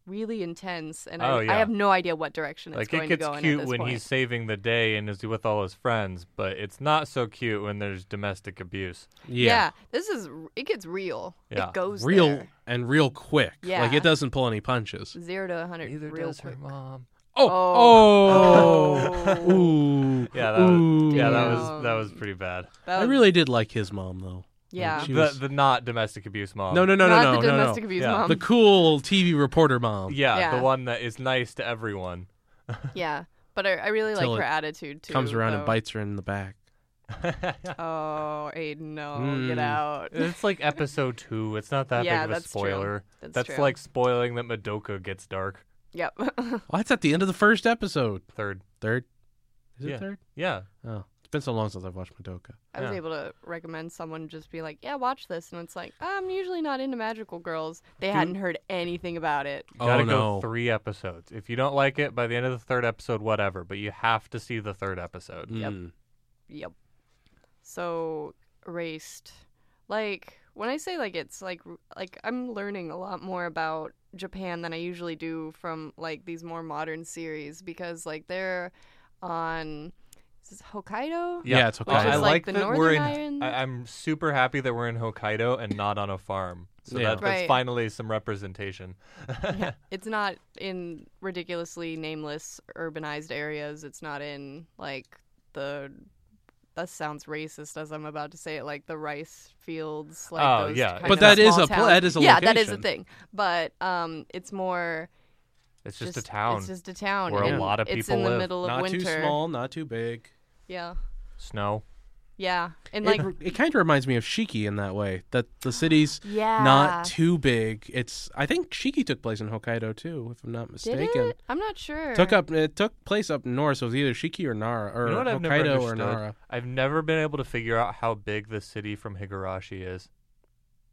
S4: really intense, and
S3: Oh,
S4: I,
S3: yeah.
S4: I have no idea what direction it's
S3: Like
S4: going
S3: it gets
S4: to go in at
S3: cute
S4: this
S3: when
S4: point.
S3: he's saving the day and is with all his friends, but it's not so cute when there's domestic abuse.
S4: yeah.
S2: Yeah.
S4: this is it gets real.
S3: Yeah.
S4: It goes
S2: Real
S4: there.
S2: and real quick.
S4: Yeah.
S2: Like it doesn't pull any punches.
S4: zero to a hundred. real quick.
S3: mom.
S2: Oh. Oh.
S4: [LAUGHS] Oh.
S2: Ooh.
S3: Yeah, that was,
S2: Ooh.
S3: yeah, that was that
S4: Damn.
S3: was pretty bad.
S4: That
S2: I
S4: was-
S2: really did like his mom though.
S4: yeah.
S2: Like, she
S3: The
S2: was-
S3: the not domestic abuse mom.
S2: no, no, no, no,
S4: Not
S2: no,
S4: the
S2: no,
S4: domestic
S2: no.
S4: abuse
S3: Yeah.
S4: mom.
S2: The cool TV reporter mom.
S3: Yeah, the
S4: Yeah.
S3: one that is nice to everyone.
S4: [LAUGHS] yeah, but I, I really like
S2: Till
S4: her
S2: it
S4: attitude too.
S2: comes around and
S4: though.
S2: bites her in the back.
S4: Oh, Aiden, no,
S2: Mm.
S4: get out.
S3: [LAUGHS] it's like episode two. It's not that
S4: Yeah,
S3: big of a
S4: that's true.
S3: spoiler.
S4: [LAUGHS] That's
S3: That's
S4: true.
S3: like spoiling that Madoka gets dark.
S4: Yep. [LAUGHS]
S2: Well, that's at the end of the first episode.
S3: Third.
S2: Third? Is it
S3: Yeah.
S2: third?
S3: Yeah.
S2: Oh, it's been so long since I've watched Madoka.
S4: I was
S3: Yeah.
S4: able to recommend someone just be like, "Yeah, watch this," and it's like, "I'm usually not into magical girls." They hadn't heard anything about it.
S3: Gotta
S2: oh,
S3: go
S2: no.
S3: three episodes. If you don't like it, by the end of the third episode, whatever. But you have to see the third episode.
S4: Yep.
S2: Mm.
S4: Yep. So erased. Like when I say like it's like r- like I'm learning a lot more about Japan than I usually do from like these more modern series because like they're on is this Hokkaido?
S2: Yeah, it's okay.
S4: Which is
S3: I like
S4: like the
S3: that we're in.
S4: Northern Ireland.
S3: I, I'm super happy that we're in Hokkaido and not on a farm. So
S2: Yeah.
S3: that, that's
S4: Right.
S3: finally some representation.
S4: It's not in ridiculously nameless urbanized areas. It's not in like the that sounds racist as I'm about to say it, like the rice fields, like
S3: Oh,
S4: those
S3: yeah.
S4: kind
S3: But
S4: of
S2: that is
S4: small
S2: a pla-
S4: towns.
S2: that is a
S4: yeah, that is a
S2: location.
S4: thing. But um, it's more
S3: [LAUGHS] It's just, a town.
S4: It's just a town
S3: where
S2: a
S4: and
S3: lot of
S4: it's
S3: people
S4: in the
S3: live.
S4: middle of
S2: Not
S4: winter.
S2: too small, not too big.
S4: Yeah,
S3: Snow.
S4: yeah, and
S2: It-
S4: like
S2: it, kind of reminds me of Shiki in that way. That
S4: [GASPS]
S2: the city's
S4: yeah,
S2: not too big. It's I think Shiki took place in Hokkaido too, if I'm not
S4: did
S2: mistaken.
S4: it? I'm not sure.
S2: Took up it took place up north, so it was either Shiki or Nara or
S3: You know what I've never
S2: Hokkaido or
S3: understood?
S2: Nara.
S3: I've never been able to figure out how big the city from Higurashi is.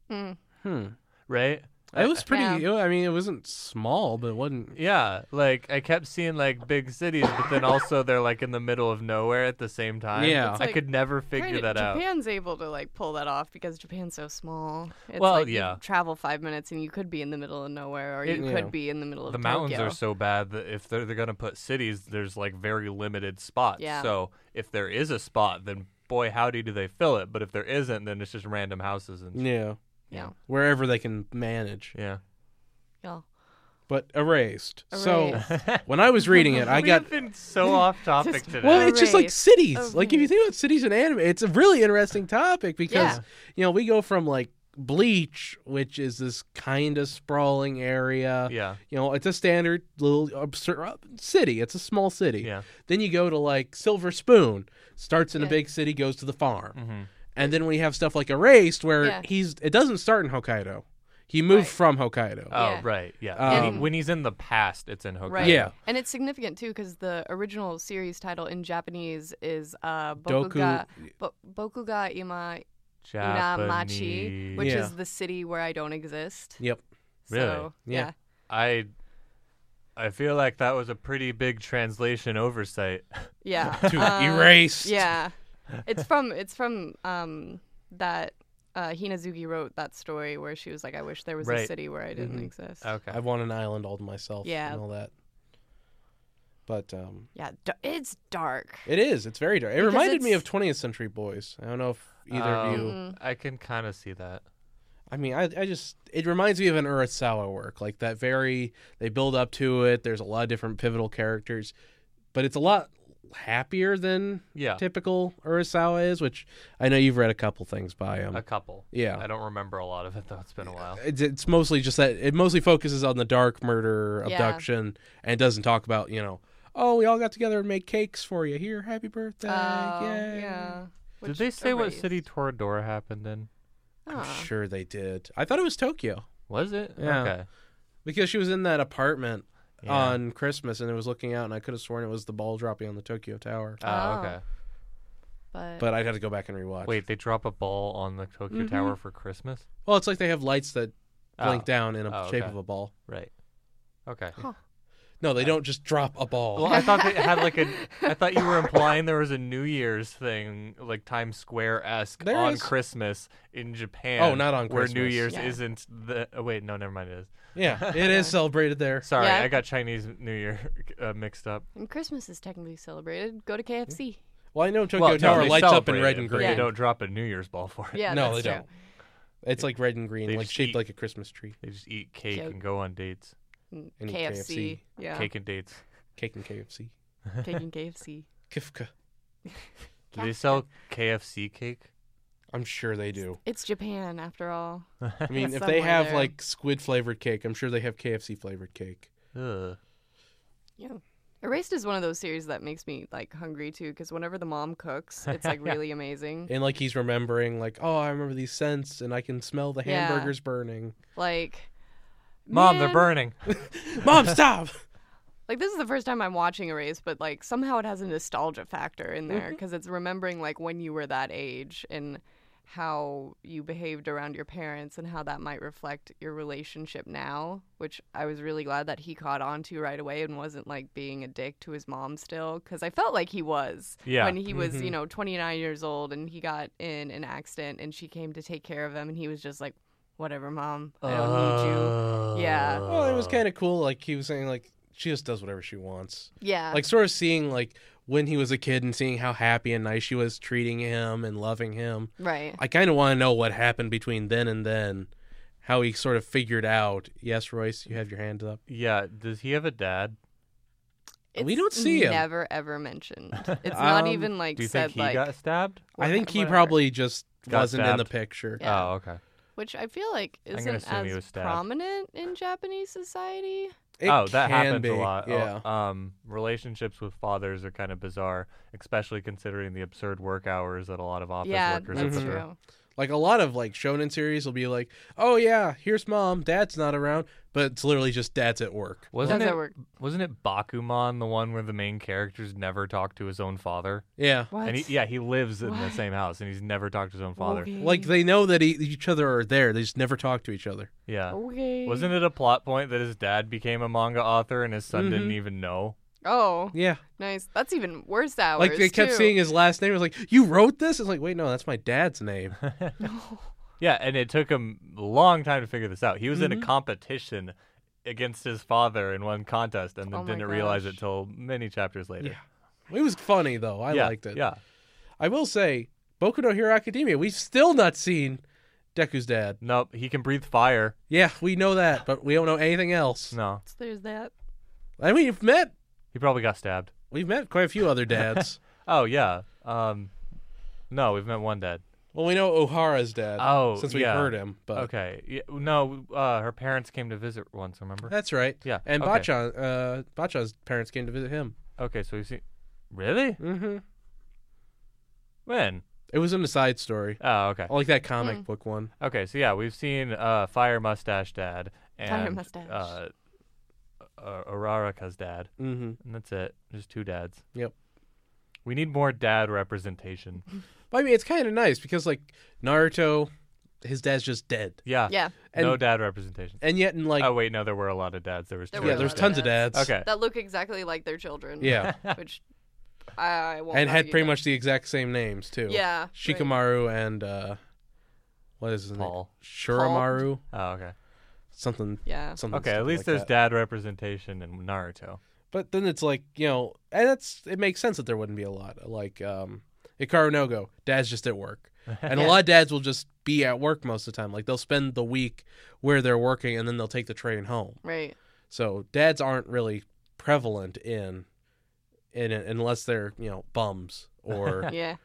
S4: Hmm.
S2: Hmm.
S3: Right?
S2: It was pretty.
S4: Yeah.
S2: it wa- I mean, it wasn't small, but it wasn't.
S3: Yeah, like I kept seeing like big cities, but then also they're like in the middle of nowhere at the same time.
S2: Yeah.
S3: I
S2: It's
S4: like-
S3: could never figure
S4: Kinda-
S3: that out.
S4: Japan's able to like pull that off because Japan's so small. It's
S3: Well,
S4: like you
S3: yeah.
S4: travel five minutes and you could be in the middle of nowhere, or
S3: It-
S4: you
S2: Yeah.
S4: could be in the middle of
S3: The mountains
S4: Tokyo.
S3: are so bad that if they're, they're gonna put cities, there's like very limited spots.
S4: Yeah.
S3: So if there is a spot, then boy howdy do they fill it. But if there isn't, then it's just random houses and
S2: Yeah.
S4: Yeah.
S2: Wherever they can manage,
S3: yeah.
S4: yeah.
S2: but erased. So
S4: Erased.
S2: when I was [LAUGHS] reading it,
S4: [LAUGHS]
S2: I got
S3: We've been so off topic
S4: Just-
S3: today.
S2: Well, it's just like
S4: Erased.
S2: cities. Like if you think about cities and anime, it's a really interesting topic because
S4: Yeah.
S2: you know we go from like Bleach, which is this kind of sprawling area.
S3: yeah,
S2: You know, it's a standard little absurd uh, city. It's a small city.
S3: yeah,
S2: Then you go to like Silver Spoon, starts in a
S4: Yeah.
S2: big city, goes to the farm,
S3: hmm
S2: and then we have stuff like Erased, where
S4: Yeah.
S2: he's it doesn't start in Hokkaido. He moved
S4: Right.
S2: from Hokkaido.
S3: Oh,
S4: Yeah.
S3: right, yeah.
S2: Um,
S3: When he- when he's in the past, it's in Hokkaido.
S4: Right.
S2: Yeah.
S4: And it's significant too because the original series title in Japanese is uh,
S2: Doku-
S4: Bokuga, Bo- Bokuga Ima Inamachi,
S3: Japanese.
S4: which
S2: Yeah.
S4: is the city where I don't exist.
S2: Yep.
S3: Really?
S4: So,
S2: Yeah.
S4: yeah.
S3: I I feel like that was a pretty big translation oversight.
S4: Yeah.
S2: [LAUGHS] To
S4: Uh,
S2: erased.
S4: Yeah. It's from it's from um that uh, Hinazuki wrote that story where she was like, "I wish there was a
S3: Right. Oh.
S4: city where I didn't
S2: Mhm.
S4: exist."
S3: Okay.
S2: I want an island all to myself
S4: Yeah.
S2: and all that. But um,
S4: Yeah, d- it's dark.
S2: it is. It's very dark. It
S4: Because
S2: reminded me
S4: it's-
S2: of 20th Century Boys. I don't know if either of you.
S4: Mm.
S3: Um, I can kind of see that.
S2: I mean, I, I just it reminds me of an Urasawa work, like that very they build up to it. There's a lot of different pivotal characters, but it's a lot happier than
S3: Yeah.
S2: typical Urasawa is, which I know you've read a couple things by him.
S3: A couple.
S2: yeah.
S3: I don't remember a lot of it though. It's been a while.
S2: It's, it's mostly just that it mostly focuses on the dark murder
S4: Yeah.
S2: abduction and it doesn't talk about you know oh we all got together and made cakes for you here happy birthday
S4: Oh,
S2: yay."
S4: yeah.
S3: Did
S4: Which
S3: they say what
S4: erased.
S3: city Toradora happened in?
S2: I'm
S4: Huh.
S2: sure they did I thought it was Tokyo
S3: Was it?
S2: Yeah.
S3: Okay.
S2: because she was in that apartment
S3: Yeah.
S2: on Christmas and it was looking out and I could have sworn it was the ball dropping on the Tokyo Tower
S3: Oh,
S4: Oh.
S3: okay.
S4: But,
S2: but I'd have to go back and rewatch
S3: Wait, they drop a ball on the Tokyo
S4: Mm-hmm.
S2: Mhm.
S3: Tower for Christmas?
S2: well it's like they have lights that blink
S3: Oh,
S2: down in a
S3: Oh,
S2: shape
S3: okay. Uh.
S2: of a ball
S3: Right. Okay.
S2: no they don't just drop a ball
S3: Well, I thought they had
S4: [LAUGHS]
S3: like a. I thought you were implying there was a New Year's thing, like Times Square esque,
S2: There
S3: on
S2: is.
S3: Christmas in Japan.
S2: Oh, not on
S3: Where New
S2: Christmas.
S3: Year's
S4: Yeah.
S3: isn't the. Oh, wait, no, never mind. It is.
S2: yeah it
S4: [LAUGHS]
S2: is celebrated there
S3: Sorry,
S4: Yeah.
S3: I got Chinese New Year uh, mixed up.
S4: and Christmas is technically celebrated. Go to KFC.
S2: well I know Tokyo
S3: Well, no,
S2: Tower
S3: they
S2: lights up in
S3: celebrate
S2: red
S3: it,
S2: and
S3: but
S2: green
S3: They don't drop a New Year's ball for it.
S4: [LAUGHS] Yeah,
S2: no, they
S4: that's true.
S2: don't. It's like red and green,
S3: They
S2: like
S3: just
S2: shaped
S3: eat-
S2: like a Christmas tree.
S3: They just eat cake
S4: Cake.
S3: and go on dates.
S4: Mm,
S2: And eat
S4: KFC. Yeah. [LAUGHS]
S3: Cake and dates.
S2: Cake and KFC.
S4: Taking KFC.
S2: Kifka.
S3: Do they sell KFC cake?
S2: I'm sure they
S4: [LAUGHS]
S2: do.
S4: It's Japan, after all.
S2: I mean, if
S4: It's
S2: they
S4: somewhere
S2: have
S4: there.
S2: like squid flavored cake, I'm sure they have KFC flavored cake.
S3: Ugh.
S4: Erased is one of those series that makes me like hungry too, because whenever the mom cooks, it's like really amazing.
S2: And like he's remembering, like, oh, I remember these scents, and I can smell the
S4: Yeah.
S2: hamburgers
S4: [LAUGHS]
S2: burning.
S4: Like,
S3: Mom,
S4: man,
S3: they're burning.
S2: Mom, stop!
S4: Like this is the first time I'm watching Erased, but like somehow it has a nostalgia factor in
S3: Mm-hmm.
S4: there because it's remembering like when you were that age and how you behaved around your parents and how that might reflect your relationship now. Which I was really glad that he caught on to right away and wasn't like being a dick to his mom still, because I felt like he was.
S3: Yeah. Mm-hmm.
S4: when he was,
S2: Mhm.
S4: you know, 29 years old and he got in an accident and she came to take care of him and he was just like, whatever, mom, I don't
S3: Uh,
S4: need you. Yeah.
S2: [LAUGHS]
S3: Oh.
S2: well, it was kind of cool. Like he was saying, like she just does whatever she wants.
S4: you. Yeah.
S2: Like sort of seeing like when he was a kid and seeing how happy and nice she was treating him and loving him.
S4: right.
S2: I kind of want to know what happened between then and then, how he sort of figured out. Yes, Royce, you have your hand up.
S3: Yeah. Does he have a dad?
S2: We don't see him.
S4: Never
S2: [LAUGHS]
S4: ever mentioned. It's not
S2: Um,
S4: even like
S3: Do you
S4: said
S3: think he
S4: like
S3: got stabbed?
S2: I
S4: what-
S2: think he
S4: whatever.
S2: probably just
S3: Got
S2: wasn't in the
S3: stabbed.
S2: picture.
S4: Yeah.
S3: Oh, okay.
S4: which I feel like
S3: I'm gonna
S4: isn't
S3: assume he was
S4: as
S3: stabbed.
S4: prominent in Japanese society.
S2: It
S3: oh, that
S2: can
S3: happens
S2: be,
S3: a lot. Oh,
S2: Yeah.
S3: um, relationships with fathers are kind of bizarre, especially considering the absurd work hours that a lot of office
S4: yeah,
S3: workers
S4: that's
S2: Mhm.
S3: have.
S4: true.
S2: Like a lot of like shonen series will be like, "Oh yeah, here's mom, dad's not around," but it's literally just dad's at work.
S3: Wasn't
S4: Does
S3: it,
S4: that work?
S3: wasn't it Bakuman the one where the main character's never talked to his own father?
S2: Yeah.
S4: What?
S3: And he, yeah, he lives in the
S4: What?
S3: same house and he's never talked to his own father.
S4: Okay.
S2: Like they know that e- each other are there, they just never talk to each other.
S3: Yeah.
S4: okay.
S3: Wasn't it a plot point that his dad became a manga author and his son
S4: Mm-hmm.
S3: didn't even know?
S4: Oh,
S2: Yeah.
S4: nice. That's even worse hours.
S2: Like they kept
S4: too. [LAUGHS]
S2: seeing his last name. It was like, "You wrote this?" It's like, "Wait, no, that's my dad's
S3: [LAUGHS]
S2: name."
S3: Yeah, and it took him a long time to figure this out. He was
S4: Mm-hmm.
S3: in a competition against his father in one contest and then
S4: Oh my
S3: didn't realize it
S4: gosh.
S3: till many chapters later.
S2: Yeah. It was funny though. I
S3: yeah,
S2: liked it.
S3: Yeah.
S2: I will say, Boku no Hero Academia, we've still not seen Deku's dad.
S3: Nope, he can breathe fire.
S2: Yeah, we know that, but we don't know anything else.
S3: No.
S4: So there's that.
S2: And we've met
S3: He probably got stabbed.
S2: we've met quite a few other
S3: [LAUGHS]
S2: dads.
S3: Oh yeah. Um no, we've met one dad.
S2: well, we know O'Hara's dad.
S3: Oh,
S2: since we
S3: yeah.
S2: heard him, but
S3: Okay. Yeah, no, uh, her parents came to visit once, remember?
S2: that's right.
S3: Yeah,
S2: and
S3: okay.
S2: Bachan, uh, Bachan's parents came to visit him.
S3: Okay, so we've seen Really?
S2: Mm-hmm.
S3: When?
S2: It was in the side story,
S3: Oh, okay.
S2: like that comic book one.
S3: Okay, so yeah, we've seen uh, Fire Mustache Dad and
S4: Fire Mustache.
S3: Uh, uh, Araraka's dad,
S2: Mm-hmm.
S3: and that's it. Just two dads.
S2: Yep.
S3: We need more dad representation.
S2: But I mean, it's kind of nice because like Naruto, his dad's just dead,
S3: Yeah.
S4: Yeah.
S3: no
S2: And-
S3: dad representation.
S2: and yet in like
S3: oh wait, no, there were a lot of dads. There was
S4: There
S3: two.
S4: were
S2: yeah,
S4: a
S2: there's
S4: lot of
S2: tons of
S4: dads.
S2: dads.
S3: Okay.
S4: That look exactly like their
S3: [LAUGHS]
S4: children.
S2: Yeah,
S4: Which I won't
S2: and had
S4: argue
S2: pretty
S4: that.
S2: much the exact same names too.
S4: Yeah. right.
S2: Shikamaru and uh, What is his
S3: Paul.
S2: name? Shuramaru.
S3: Oh, okay.
S2: Something.
S4: Yeah.
S2: Something.
S3: Okay, at
S2: stupid
S3: least
S2: like
S3: there's
S2: that.
S3: dad representation in Naruto.
S2: But then it's like you know, and that's it makes sense that there wouldn't be a lot. Like um, Ikaru no Go, dad's just at
S3: [LAUGHS]
S2: work, and a
S4: Yeah.
S2: lot of dads will just be at work most of the time. Like they'll spend the week where they're working, and then they'll take the train home.
S4: Right.
S2: So dads aren't really prevalent in, in it unless they're you know bums
S3: [LAUGHS]
S2: or
S4: Yeah.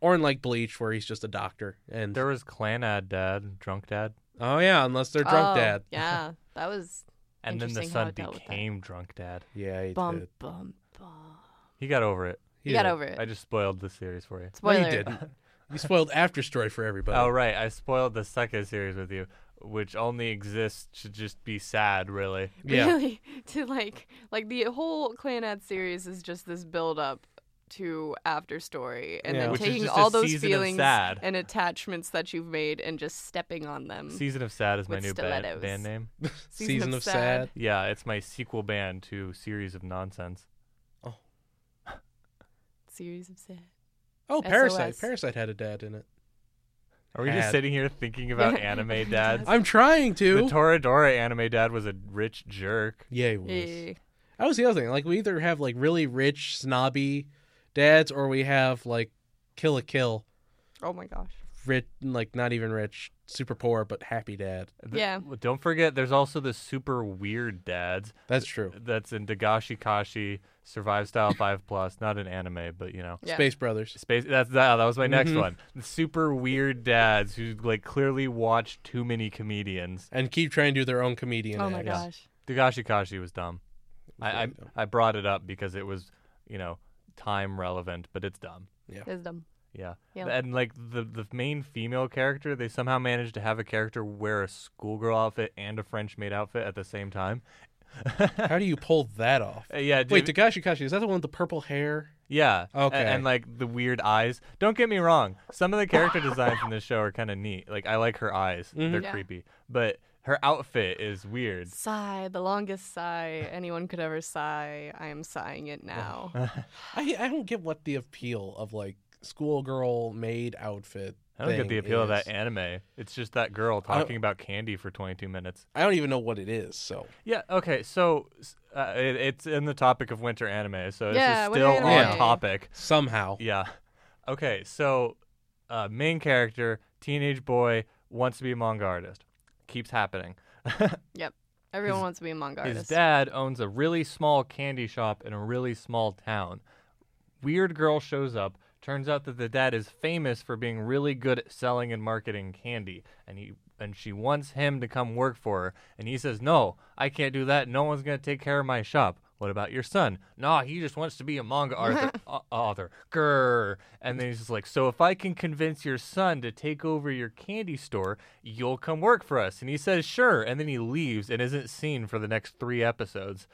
S2: or in like Bleach where he's just a doctor and
S3: There was Clanad dad, drunk dad,
S2: oh yeah, unless they're drunk
S4: Oh,
S2: dad. [LAUGHS]
S4: Yeah. That was
S3: and then the
S4: Interesting how
S3: son
S4: it dealt with that.
S3: became drunk dad.
S2: Yeah, he
S4: bum
S2: did.
S4: bum bum.
S3: He got over it.
S4: You got
S2: Yeah.
S4: over it.
S3: I just spoiled the series for you.
S2: No,
S4: Spoiler.
S2: you
S4: [LAUGHS]
S2: didn't. You spoiled after story for everybody.
S3: Oh right, I spoiled the second series with you, which only exists to just be sad, really.
S2: Yeah.
S4: Really, to like like the whole Clanad series is just this build up to after story and
S2: Yeah.
S4: then
S2: Which
S3: is
S4: taking
S3: just a
S4: all those
S3: season of
S4: feelings
S3: sad.
S4: and attachments that you've made and just stepping on them.
S3: Season of Sad is my
S4: Hmm. With
S3: new band,
S4: stilettos.
S3: band name.
S4: [LAUGHS] Season of Sad.
S3: Yeah, it's my sequel band to Series of Nonsense.
S4: series of sad.
S2: Oh, Parasite.
S4: SOS.
S2: Parasite had a dad in it.
S3: Are we just
S2: Had.
S3: sitting here thinking about
S4: Yeah.
S3: anime dads?
S2: I'm trying
S3: The
S2: to.
S3: Toradora anime dad was a rich jerk.
S2: yeah, he was.
S4: Yeah.
S2: That was the other thing. Like we either have like really rich snobby dads, or we have like kill a kill,
S4: Oh my gosh.
S2: rich like not even rich, super poor but happy dad.
S3: The-
S4: Yeah.
S3: w- Don't forget, there's also the super weird dads
S2: That's true.
S3: that's in Dagashi Kashi Survive Style Five Plus. Not an anime, but you know.
S4: Yeah.
S2: Space Brothers.
S3: Space. That's that. That was my next
S2: Mhm.
S3: one. The super weird dads who like clearly watch too many comedians.
S2: And keep trying to do their own comedian.
S4: Oh my
S2: acts.
S4: gosh.
S3: Dagashi Kashi was dumb. I, I
S2: Very dumb.
S3: I brought it up because it was you know time relevant, but it's dumb.
S4: That's dumb.
S3: Yeah.
S4: Yeah.
S3: And like the the main female character, they somehow managed to have a character wear a schoolgirl outfit and a French maid outfit at the same time.
S2: How do you pull that off?
S3: Uh, yeah.
S2: Wait,
S3: dude-
S2: Takashi Kashi, is that the one with the purple hair?
S3: yeah. a-
S2: Okay.
S3: And, like the weird eyes. Don't get me wrong. Some of the
S4: [LAUGHS]
S3: character designs in this show are kind of neat. Like I like her eyes.
S2: Mhm.
S3: They're
S4: Yeah.
S3: creepy. But her outfit is weird. [LAUGHS]
S4: Sigh, the longest sigh anyone could ever sigh. I am sighing it
S3: [SIGHS]
S4: now.
S2: I I don't get what the appeal of like schoolgirl maid outfit.
S3: I don't get
S2: thing
S3: the appeal of
S2: is.
S3: that anime. It's just that girl talking about candy for 22 minutes.
S2: I don't even know what it is. So
S3: Yeah. Okay. So s- uh, it, it's in the topic of winter anime. So
S4: Yeah,
S3: this is
S4: winter
S3: still
S2: anime.
S3: on topic.
S2: somehow,
S3: Yeah. Okay, so uh, main character, teenage boy, wants to be a manga artist. Keeps happening. [LAUGHS]
S4: Everyone
S3: His-
S4: wants to be a manga
S3: His
S4: artist. [LAUGHS]
S3: dad owns a really small candy shop in a really small town. Weird girl shows up. Turns out that the dad is famous for being really good at selling and marketing candy, and he and she wants him to come work for her. And he says, "No, I can't do that. No one's gonna take care of my shop." What about your son? Nah, he just wants to be a manga author. au- author. Grr. And then he's just like, so if I can convince your son to take over your candy store, you'll come work for us. And he says, sure. And then he leaves and isn't seen for the next three episodes.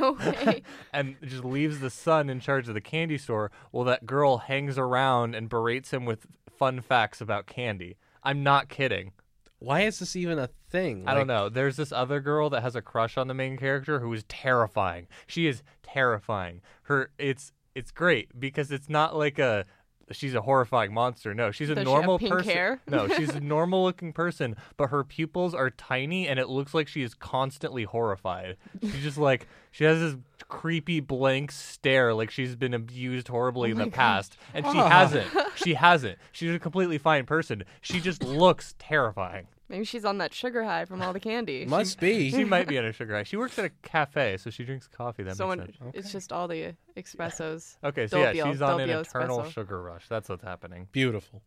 S4: okay.
S3: and just leaves the son in charge of the candy store while that girl hangs around and berates him with fun facts about candy. I'm not kidding.
S2: why is this even a thing?
S3: I don't
S2: Like,
S3: know. There's this other girl that has a crush on the main character who is terrifying. She is terrifying. Her it's it's great because it's not like a she's a horrifying monster. No, she's a
S4: Does she have
S3: normal
S4: pink
S3: person.
S4: hair?
S3: [LAUGHS] no, she's
S4: [LAUGHS]
S3: a normal looking person, but her pupils are tiny and it looks like she is constantly horrified. She's just like she has this creepy blank stare like she's been abused
S4: Oh
S3: horribly in the past and she
S2: Ah.
S4: [LAUGHS]
S3: hasn't. She hasn't. She's a completely fine person. She just looks terrifying.
S4: Maybe she's on that sugar high from all the
S2: [LAUGHS]
S4: candy.
S2: Must be.
S3: [LAUGHS] She might
S4: [LAUGHS]
S3: be on a sugar high. She works at a cafe, so she drinks coffee. That
S4: Someone,
S3: makes sense.
S4: it's just all the espressos.
S3: [LAUGHS] Okay, so yeah,
S4: Doppio-
S3: she's on an
S4: doppio
S3: eternal
S4: espresso.
S3: sugar rush. That's what's happening.
S2: Beautiful.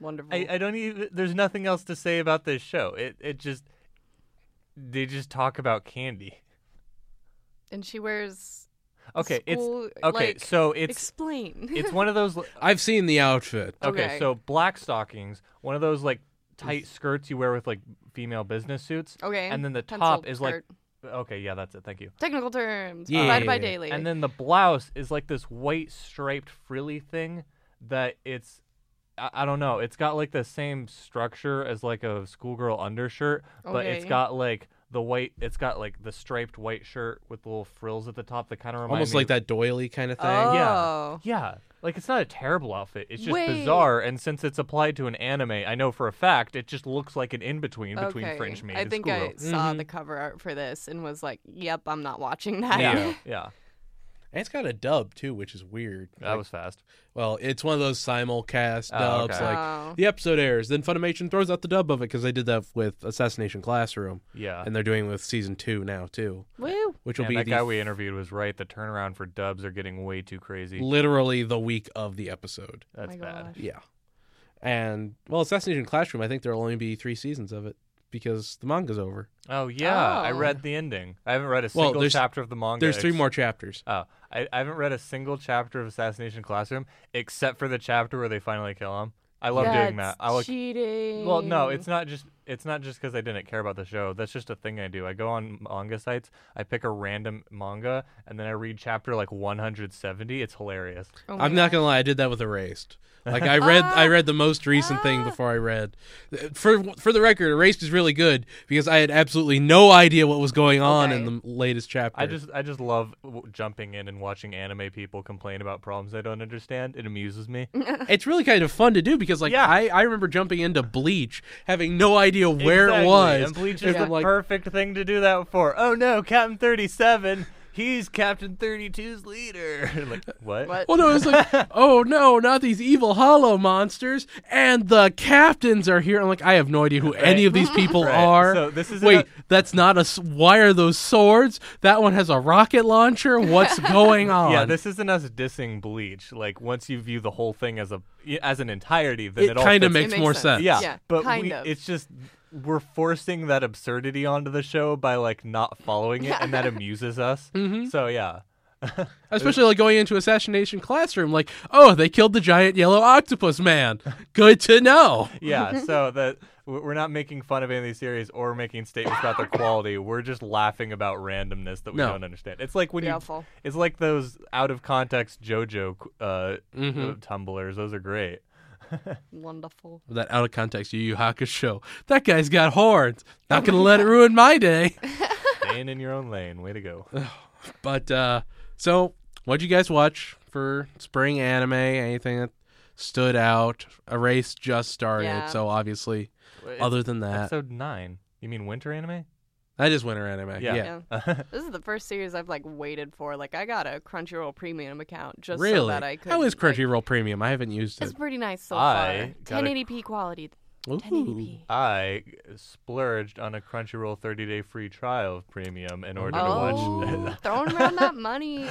S4: Wonderful.
S3: I, I don't even. There's nothing else to say about this show. It it just they just talk about candy.
S4: and she wears.
S3: Okay,
S4: school,
S3: it's okay.
S4: like,
S3: so
S4: [LAUGHS]
S3: it's
S4: Explain.
S3: [LAUGHS] it's one of those.
S4: [LAUGHS]
S3: Okay,
S2: I've seen the outfit.
S4: Okay.
S3: so black stockings, one of those like tight skirts you wear with like female business suits.
S4: okay.
S3: and then the
S4: pencil
S3: top is like.
S4: skirt.
S3: Okay, yeah, that's it. Thank you.
S4: technical terms
S2: Yeah.
S4: provided by daily.
S3: And then the blouse is like this white striped frilly thing that it's I, I don't know, it's got like the same structure as like a schoolgirl undershirt, but it's
S4: Okay.
S3: got like the white. It's got like the striped white shirt with the little frills at the top that kind of reminds
S2: Almost
S3: me
S2: like that doily kind of thing.
S4: Oh.
S3: uh, Yeah. Yeah. Like it's not a terrible outfit. It's just
S4: Wait.
S3: bizarre and since it's applied to an anime, I know for a fact it just looks like an in between between
S4: okay.
S3: Fringe Me
S4: I
S3: and
S4: think
S3: School.
S4: I saw the cover art for this and was like, "Yep, I'm not watching that." [LAUGHS]
S3: Yeah. yeah.
S2: And it's got a dub too, which is weird.
S3: That
S2: Like,
S3: was fast.
S2: well, it's one of those simulcast
S3: Oh,
S2: dubs.
S3: okay.
S2: Like
S4: Oh.
S2: the episode airs, then Funimation throws out the dub of it because they did that with Assassination Classroom,
S3: Yeah.
S2: and they're doing it with season two now too,
S4: Woo.
S2: which will
S3: Man,
S2: be
S3: Uh. that
S2: the
S3: guy we interviewed was right. The turnaround for dubs are getting way too crazy.
S2: literally the week of the episode.
S3: That's
S4: Oh my
S3: bad.
S4: gosh.
S2: Yeah. And well, Assassination Classroom, I think there'll only be three seasons of it because the manga's over.
S3: Oh yeah, I
S4: Oh.
S3: read the ending. I haven't read a
S2: Well,
S3: single
S2: there's-
S3: chapter of the manga.
S2: There's three
S3: ex-
S2: more chapters.
S3: Oh, I, I haven't read a single chapter of Assassination Classroom except for the chapter where they finally kill him. I love doing that.
S4: That's
S3: I like
S4: cheating.
S3: Well, no, it's not just it's not just because I didn't care about the show. That's just a thing I do. I go on manga sites, I pick a random manga, and then I read chapter like 170. It's hilarious.
S4: Oh my
S2: I'm not
S4: God.
S2: gonna lie, I did that with Erased. Like I read, I read the most recent thing
S4: Ah.
S2: before I read. For for the record, Erased is really good because I had absolutely no idea what was going on in
S4: Okay.
S2: the latest chapter.
S3: I
S4: [LAUGHS]
S3: just I just love w- jumping in and watching anime people complain about problems they don't understand. It amuses
S4: [LAUGHS]
S3: me.
S2: it's really kind of fun to do because like
S3: Yeah.
S2: I, I remember jumping into Bleach, having no
S3: [LAUGHS]
S2: idea where
S3: Exactly,
S2: it was.
S3: And Bleach
S2: and
S3: is the
S2: I'm like,
S3: perfect thing to do that for. Oh no, Captain 37. He's Captain 32's leader. [LAUGHS] like what?
S4: What?
S2: Well, no, it's like,
S3: [LAUGHS]
S2: oh no, not these evil hollow monsters, and the captains are here. I'm like, I have no idea who any of these people
S3: [LAUGHS] Right.
S2: are.
S3: So this is
S2: wait,
S3: about-
S2: that's not a. s- Why are those swords? That one has a rocket launcher.
S3: [LAUGHS]
S2: What's going on?
S3: Yeah, this isn't us dissing Bleach. Like once you view the whole thing as a as an entirety, then it,
S2: it
S3: all
S2: kind of
S3: fits-
S4: It
S2: makes,
S4: makes
S2: more
S4: sense.
S2: sense.
S3: yeah.
S4: Yeah,
S3: but
S4: kind
S3: we,
S4: of.
S3: it's just we're forcing that absurdity onto the show by like not following it,
S4: [LAUGHS]
S3: and that amuses us.
S2: Mm-hmm.
S3: So yeah,
S2: especially like going into assassination classroom. Like, oh, they killed the giant yellow octopus
S3: [LAUGHS]
S2: man. Good to know.
S3: yeah. so that w- we're not making fun of any of these series or making statements about their quality. We're just laughing about randomness that we
S2: No.
S3: don't understand. It's like when
S4: Beautiful.
S3: you it's like those out of context JoJo uh,
S2: Mhm.
S3: tumblers. Those are great.
S4: Wonderful.
S2: That out of context Yu Yu Hakusho. That guy's got horns. Not gonna let it ruin my day.
S3: Staying in your own lane. Way to go.
S2: But uh so what'd you guys watch for spring anime? Anything that stood out? Erase just started,
S4: Yeah.
S2: so obviously
S3: It's-
S2: other than that.
S3: Episode nine. You mean winter anime? [LAUGHS]
S2: that is winter anime. Yeah.
S3: Yeah.
S4: Yeah. This is the first series I've like waited for. Like I got a Crunchyroll premium account just
S2: really?
S4: so that I could.
S2: How is
S4: like-
S2: Crunchyroll Premium? I haven't used it.
S4: it's pretty nice so
S3: I
S4: far.
S3: got a-
S4: 1080p quality.
S2: Ooh.
S4: 1080p.
S3: I splurged on a Crunchyroll 30 day free trial of premium in order to
S4: Oh,
S3: watch.
S4: [LAUGHS] throwing around that [LAUGHS] money.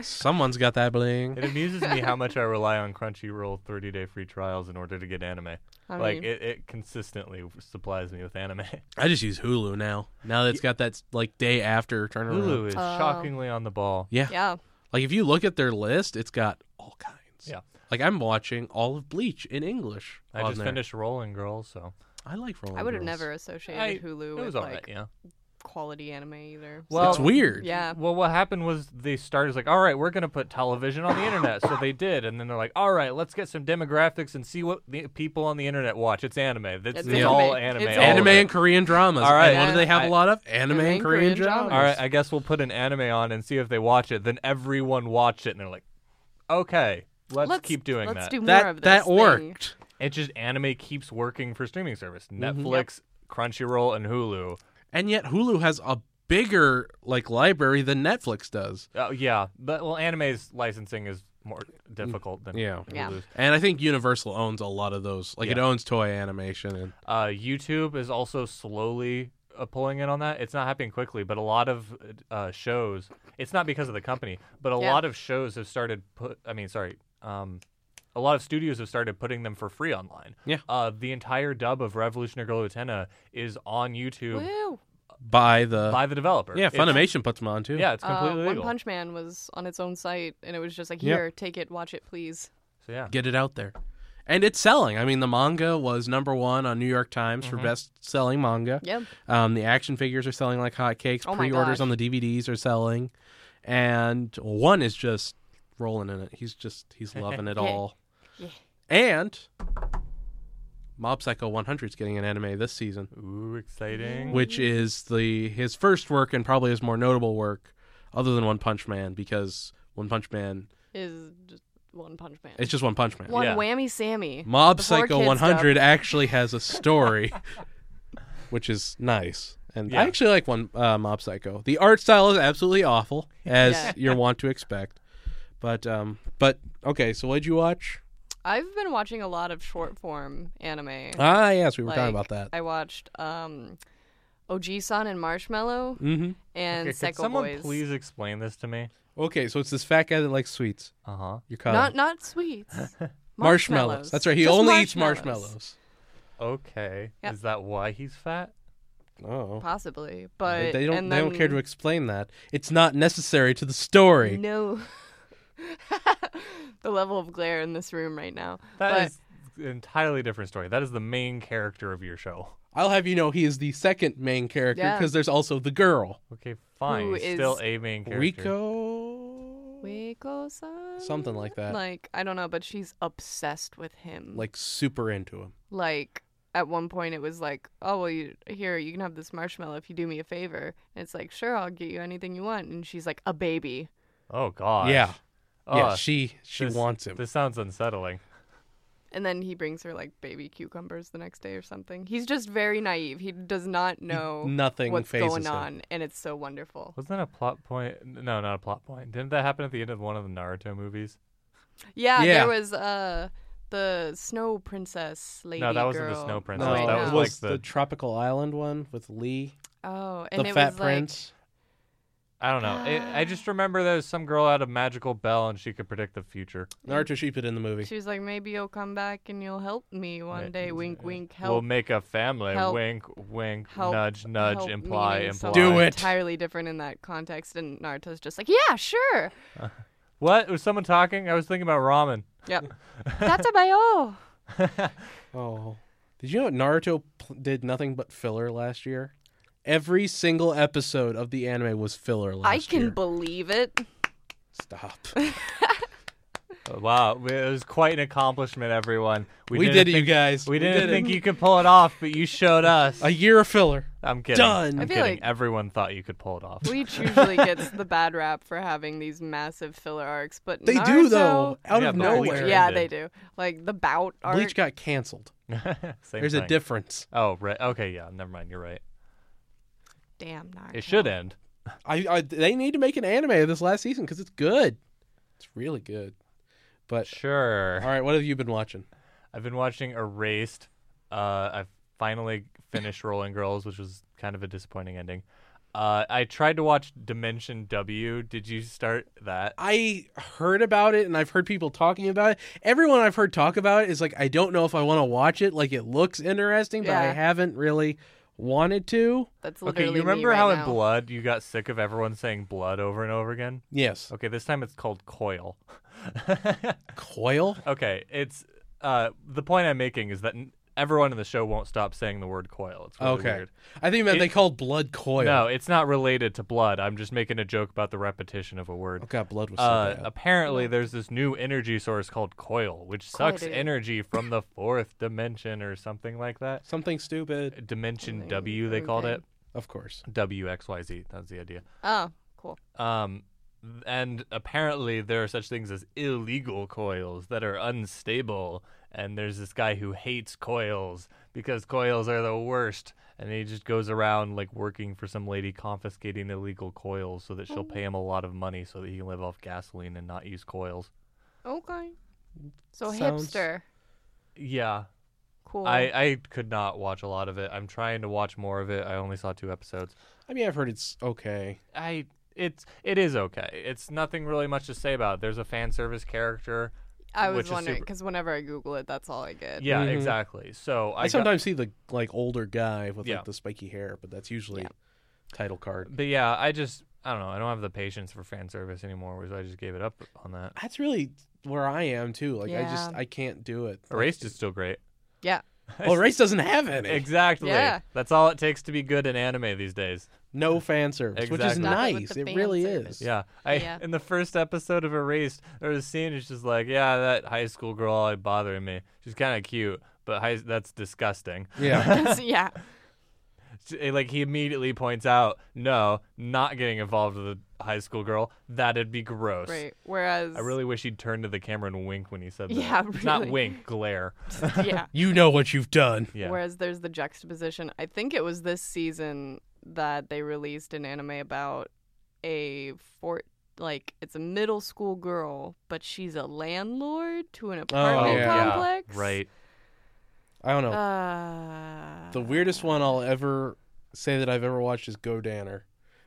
S2: Someone's got that bling.
S3: [LAUGHS] it amuses me how much I rely on Crunchyroll 30 day free trials in order to get anime.
S4: I
S3: like,
S4: mean-
S3: it, it consistently supplies me
S2: [LAUGHS]
S3: with anime.
S2: I just use Hulu now. Now that it's got that like day after turnaround.
S3: Hulu is
S4: Oh.
S3: shockingly on the ball.
S2: Yeah.
S4: Yeah.
S2: Like if you look at their list, it's got all kinds.
S3: Yeah.
S2: Like I'm watching all of Bleach in English.
S3: I
S2: on
S3: just
S2: there.
S3: finished Rolling Girls, so.
S2: I like Rolling.
S4: I would have
S2: Girls.
S4: never associated
S3: I-
S4: Hulu
S3: it
S4: with
S3: was
S4: like
S3: alright, yeah.
S4: quality anime either.
S3: Well-
S2: it's weird.
S4: yeah.
S3: Well, what happened was they started like, all right, we're going to put television on the internet. So they did. And then they're like, all right, let's get some demographics and see what the people on the internet watch. It's anime. That's
S4: It's
S3: it's
S2: anime.
S3: all anime.
S4: It's
S3: all of
S2: Anime
S3: it.
S2: and Korean dramas.
S3: All right.
S2: And what do they have a
S3: I-
S2: lot of? Anime, and Korean, dramas.
S3: All right, I guess we'll put an anime on and see if they watch it. Then everyone watched it and they're like, okay, let's, keep doing
S4: let's
S3: that.
S4: do more
S2: that
S4: of this
S2: that
S4: thing.
S2: worked.
S3: it just anime keeps working for streaming service.
S2: Mm-hmm.
S3: Netflix, Crunchyroll, and Hulu.
S2: And yet Hulu has a bigger like library than Netflix does.
S3: Oh yeah, but well, anime's licensing is more difficult than
S2: Yeah.
S4: Yeah.
S3: Hulu's.
S2: And I think Universal owns a lot of those. Like it owns Toy Animation and
S3: Uh, YouTube is also slowly uh, pulling in on that. It's not happening quickly, but a lot of uh, shows. It's not because of the company, but a
S4: Yeah.
S3: lot of shows have started put. I mean, sorry. Um, a lot of studios have started putting them for free online.
S2: Yeah.
S3: Uh, the entire dub of Revolutionary Girl Utena is on YouTube
S4: Woo.
S2: by the
S3: by the developer.
S2: Yeah,
S3: It's-
S2: Funimation puts them on too.
S3: Yeah, it's
S4: Uh,
S3: completely
S4: One
S3: legal.
S4: Punch Man was on its own site, and it was just like,
S2: Yep.
S4: here, take it, watch it, please.
S3: So yeah.
S2: Get it out there. And it's selling. I mean, the manga was number one on New York Times
S3: Mm-hmm.
S2: for best selling manga.
S4: Yep.
S2: Um, the action figures are selling like hotcakes.
S4: Oh my
S2: Pre-orders
S4: gosh.
S2: on the DVDs are selling, and one is just
S4: [LAUGHS]
S2: rolling in it. He's just he's loving it
S4: Yeah.
S2: all.
S4: Yeah.
S2: And Mob Psycho 100 is getting an anime this season,
S3: Ooh, exciting.
S2: which
S4: Mm-hmm.
S2: is the his first work and probably his more notable work, other than One Punch Man, because One Punch Man
S4: Is just One Punch Man.
S2: it's just One Punch Man.
S4: one
S3: yeah.
S4: whammy Sammy.
S2: Mob
S4: Before
S2: Psycho
S4: kids
S2: 100 actually has a story, [LAUGHS] which is nice. And
S3: Yeah.
S2: I actually like one uh, Mob Psycho. The art style is absolutely
S4: [LAUGHS]
S2: awful, as
S4: Yeah.
S2: you're wont to expect. But um, but okay. So what did you watch?
S4: I've been watching a lot of short form anime.
S2: Ah, yes, we were talking
S4: Like,
S2: about that.
S4: I watched um, Oji-san and Marshmallow
S2: hmm
S4: and
S3: Okay,
S4: Seco
S3: could someone
S4: Boys.
S3: please explain this to me?
S2: Okay, so it's this fat guy that likes sweets.
S3: Uh huh.
S2: You're caught.
S4: Not
S3: [LAUGHS]
S4: not sweets.
S2: marshmallows. That's right. He
S4: Just
S2: only eats marshmallows.
S3: Okay.
S4: Yeah.
S3: Is that why he's fat?
S2: Oh,
S4: Possibly,
S2: they,
S4: but
S2: they don't.
S4: and
S2: They
S4: then,
S2: don't care to explain that. It's not necessary to the story.
S4: No. [LAUGHS] the level of glare in this room right now.
S3: That
S4: but
S3: is an entirely different story. That is the main character of your show.
S2: I'll have you know, he is the second main character
S4: Yeah.
S2: because there's also the girl.
S3: Okay, fine.
S4: Who
S3: he's still
S4: is-
S3: a main character.
S2: Rico,
S4: Wako-san?
S2: something like that. Like,
S4: Like I don't know, but she's obsessed with him.
S2: super into him.
S4: like at one point it was like, oh well, you here you can have this marshmallow if you do me a favor. And it's like, sure, I'll get you anything you want. And she's like, a baby.
S3: Oh gosh.
S2: Yeah. yeah,
S3: Ugh,
S2: she she
S3: Ah, this-
S2: wants him.
S3: This sounds unsettling.
S4: And then he brings her like baby cucumbers the next day or something. He's just very naive. He does not know
S2: Nothing
S4: what's
S2: phases
S4: going
S2: him.
S4: on, and it's so wonderful.
S3: Wasn't that a plot point? No, not a plot point. Didn't that happen at the end of one of the Naruto movies?
S4: Yeah,
S2: Yeah.
S4: there was uh the snow princess lady.
S3: no, that wasn't the
S4: girl.
S3: Snow Princess.
S2: No,
S4: Wait,
S3: that
S2: it
S3: was
S4: no.
S3: like
S2: the...
S3: the
S2: tropical island one with Lee,
S4: Oh, and
S2: the
S4: it
S2: fat
S4: was
S2: prince.
S3: I don't know. It, I
S4: [GASPS]
S3: just remember there was some girl had a magical bell and she could predict the future.
S2: Naruto sheep it in the movie.
S4: like she was like, maybe you'll come back and you'll help me one
S3: Right,
S4: day.
S3: it's-
S4: Wink,
S3: yeah.
S4: wink,
S3: We'll
S4: help.
S3: make a family.
S4: Help.
S3: wink, wink.
S4: Help.
S3: nudge, nudge.
S4: help
S3: imply,
S4: meaning
S3: imply.
S4: something
S2: Do it.
S4: Entirely different in that context, and Naruto's just like, yeah, sure.
S3: What was someone talking? I was thinking about ramen.
S4: Yep. Tatabayo.
S2: [LAUGHS] Oh, did you know Naruto pl- did nothing but filler last year? Every single episode of the anime was filler last
S4: I can
S2: year.
S4: believe it. [LAUGHS]
S2: Stop.
S3: Uh, Wow, we- it was quite an accomplishment, everyone.
S2: We,
S3: didn't
S2: did it,
S3: think-
S2: you guys.
S3: We, didn't
S2: did it.
S3: think you could pull it off, but you showed us.
S2: a year of filler.
S3: I'm kidding.
S2: Done.
S3: I'm
S2: I
S4: feel
S3: kidding.
S4: like-
S3: Everyone thought you could pull it off.
S4: Bleach usually gets the bad rap for having these massive filler arcs, but
S2: They do
S4: Naruto-
S2: though, out
S3: Yeah,
S2: of
S3: but Bleach
S2: nowhere.
S3: ended.
S4: Yeah, they do. Like the bout arc.
S2: Bleach got canceled.
S3: [LAUGHS] Same
S2: There's a
S3: thing.
S2: difference.
S3: Oh, right. Okay, yeah. Never mind. You're right.
S4: Damn, Naruto.
S3: It should end.
S2: I, I they need to make an anime of this last season because it's good. It's really good. But
S3: Sure.
S2: all right, what have you been watching?
S3: I've been watching Erased. Uh, I finally finished Rolling Girls, which was kind of a disappointing ending. Uh, I tried to watch Dimension W. Did you start that?
S2: I heard about it and I've heard people talking about it. Everyone I've heard talk about it is like, I don't know if I want to watch it. Like, it looks interesting, but I
S4: Yeah.
S2: haven't really wanted to.
S4: That's
S3: Okay,
S4: literally
S3: you
S4: me
S3: remember
S4: right
S3: how
S4: now.
S3: in Blood you got sick of everyone saying blood over and over again?
S2: Yes.
S3: Okay, this time it's called coil. [LAUGHS]
S2: Coil?
S3: okay, it's uh, the point I'm making is that n- everyone in the show won't stop saying the word coil. It's really
S2: Okay.
S3: weird.
S2: I think that
S3: It-
S2: they called blood coil.
S3: No, it's not related to blood. I'm just making a joke about the repetition of a word.
S2: Oh, God, blood was so
S3: Uh,
S2: bad.
S3: apparently, there's this new energy source called coil, which sucks
S4: Coiling.
S3: energy from the fourth dimension or something like that.
S2: Something stupid.
S3: Dimension
S4: Coiling,
S3: W, they called
S4: okay.
S3: it.
S2: Of course.
S3: W X Y Z. That's the idea.
S4: Oh, cool.
S3: Um, th- and apparently there are such things as illegal coils that are unstable. And there's this guy who hates coils because coils are the worst. And he just goes around like working for some lady confiscating illegal coils so that she'll pay him a lot of money so that he can live off gasoline and not use coils.
S4: Okay. So
S2: Sounds-
S4: hipster.
S3: Yeah,
S4: Cool.
S3: I, I could not watch a lot of it. I'm trying to watch more of it. I only saw two episodes.
S2: I mean, I've heard it's okay.
S3: I it's it is okay. It's nothing really much to say about. There's a fan service character.
S4: I was
S3: which is
S4: wondering
S3: super-
S4: because whenever I Google it, that's all I get.
S3: Yeah,
S2: Mhm.
S3: exactly. So I,
S2: I,
S3: got-
S2: sometimes see the like older guy with
S3: Yeah.
S2: like the spiky hair, but that's usually title card.
S3: but yeah, I just I don't know. I don't have the patience for fan service anymore, so I just gave it up on that.
S2: That's really where I am too. Like I just
S4: Yeah.
S2: I can't do it.
S3: Erased is still great.
S4: Yeah.
S2: Well, race doesn't have any.
S3: Exactly.
S4: Yeah.
S3: That's all it takes to be good in anime these days.
S2: no fan service, which is
S3: Exactly.
S4: Nothing with
S2: nice.
S4: the
S2: It
S4: fan
S2: really
S4: service.
S2: is.
S3: Yeah. I
S4: Yeah.
S3: in the first episode of Erased, there was a scene it's just like, yeah, that high school girl always bothering me. She's kind of cute, but Heis- that's disgusting.
S2: Yeah.
S4: So, [LAUGHS] yeah.
S3: It- like he immediately points out, no, not getting involved with a high school girl. That'd be gross.
S4: Right. Whereas
S3: I really wish he'd turn to the camera and wink when he said that.
S4: Yeah, [LAUGHS]
S3: Not
S4: really.
S3: wink, glare.
S4: [LAUGHS] yeah.
S2: [LAUGHS] You know what you've done.
S3: Yeah.
S4: Whereas there's the juxtaposition. I think it was this season that they released an anime about a fort like it's a middle school girl, but she's a landlord to an apartment
S2: Oh, yeah.
S4: complex.
S3: Oh, Right.
S2: I don't know.
S4: Uh,
S2: the weirdest one I'll ever say that I've ever watched is Go Danner,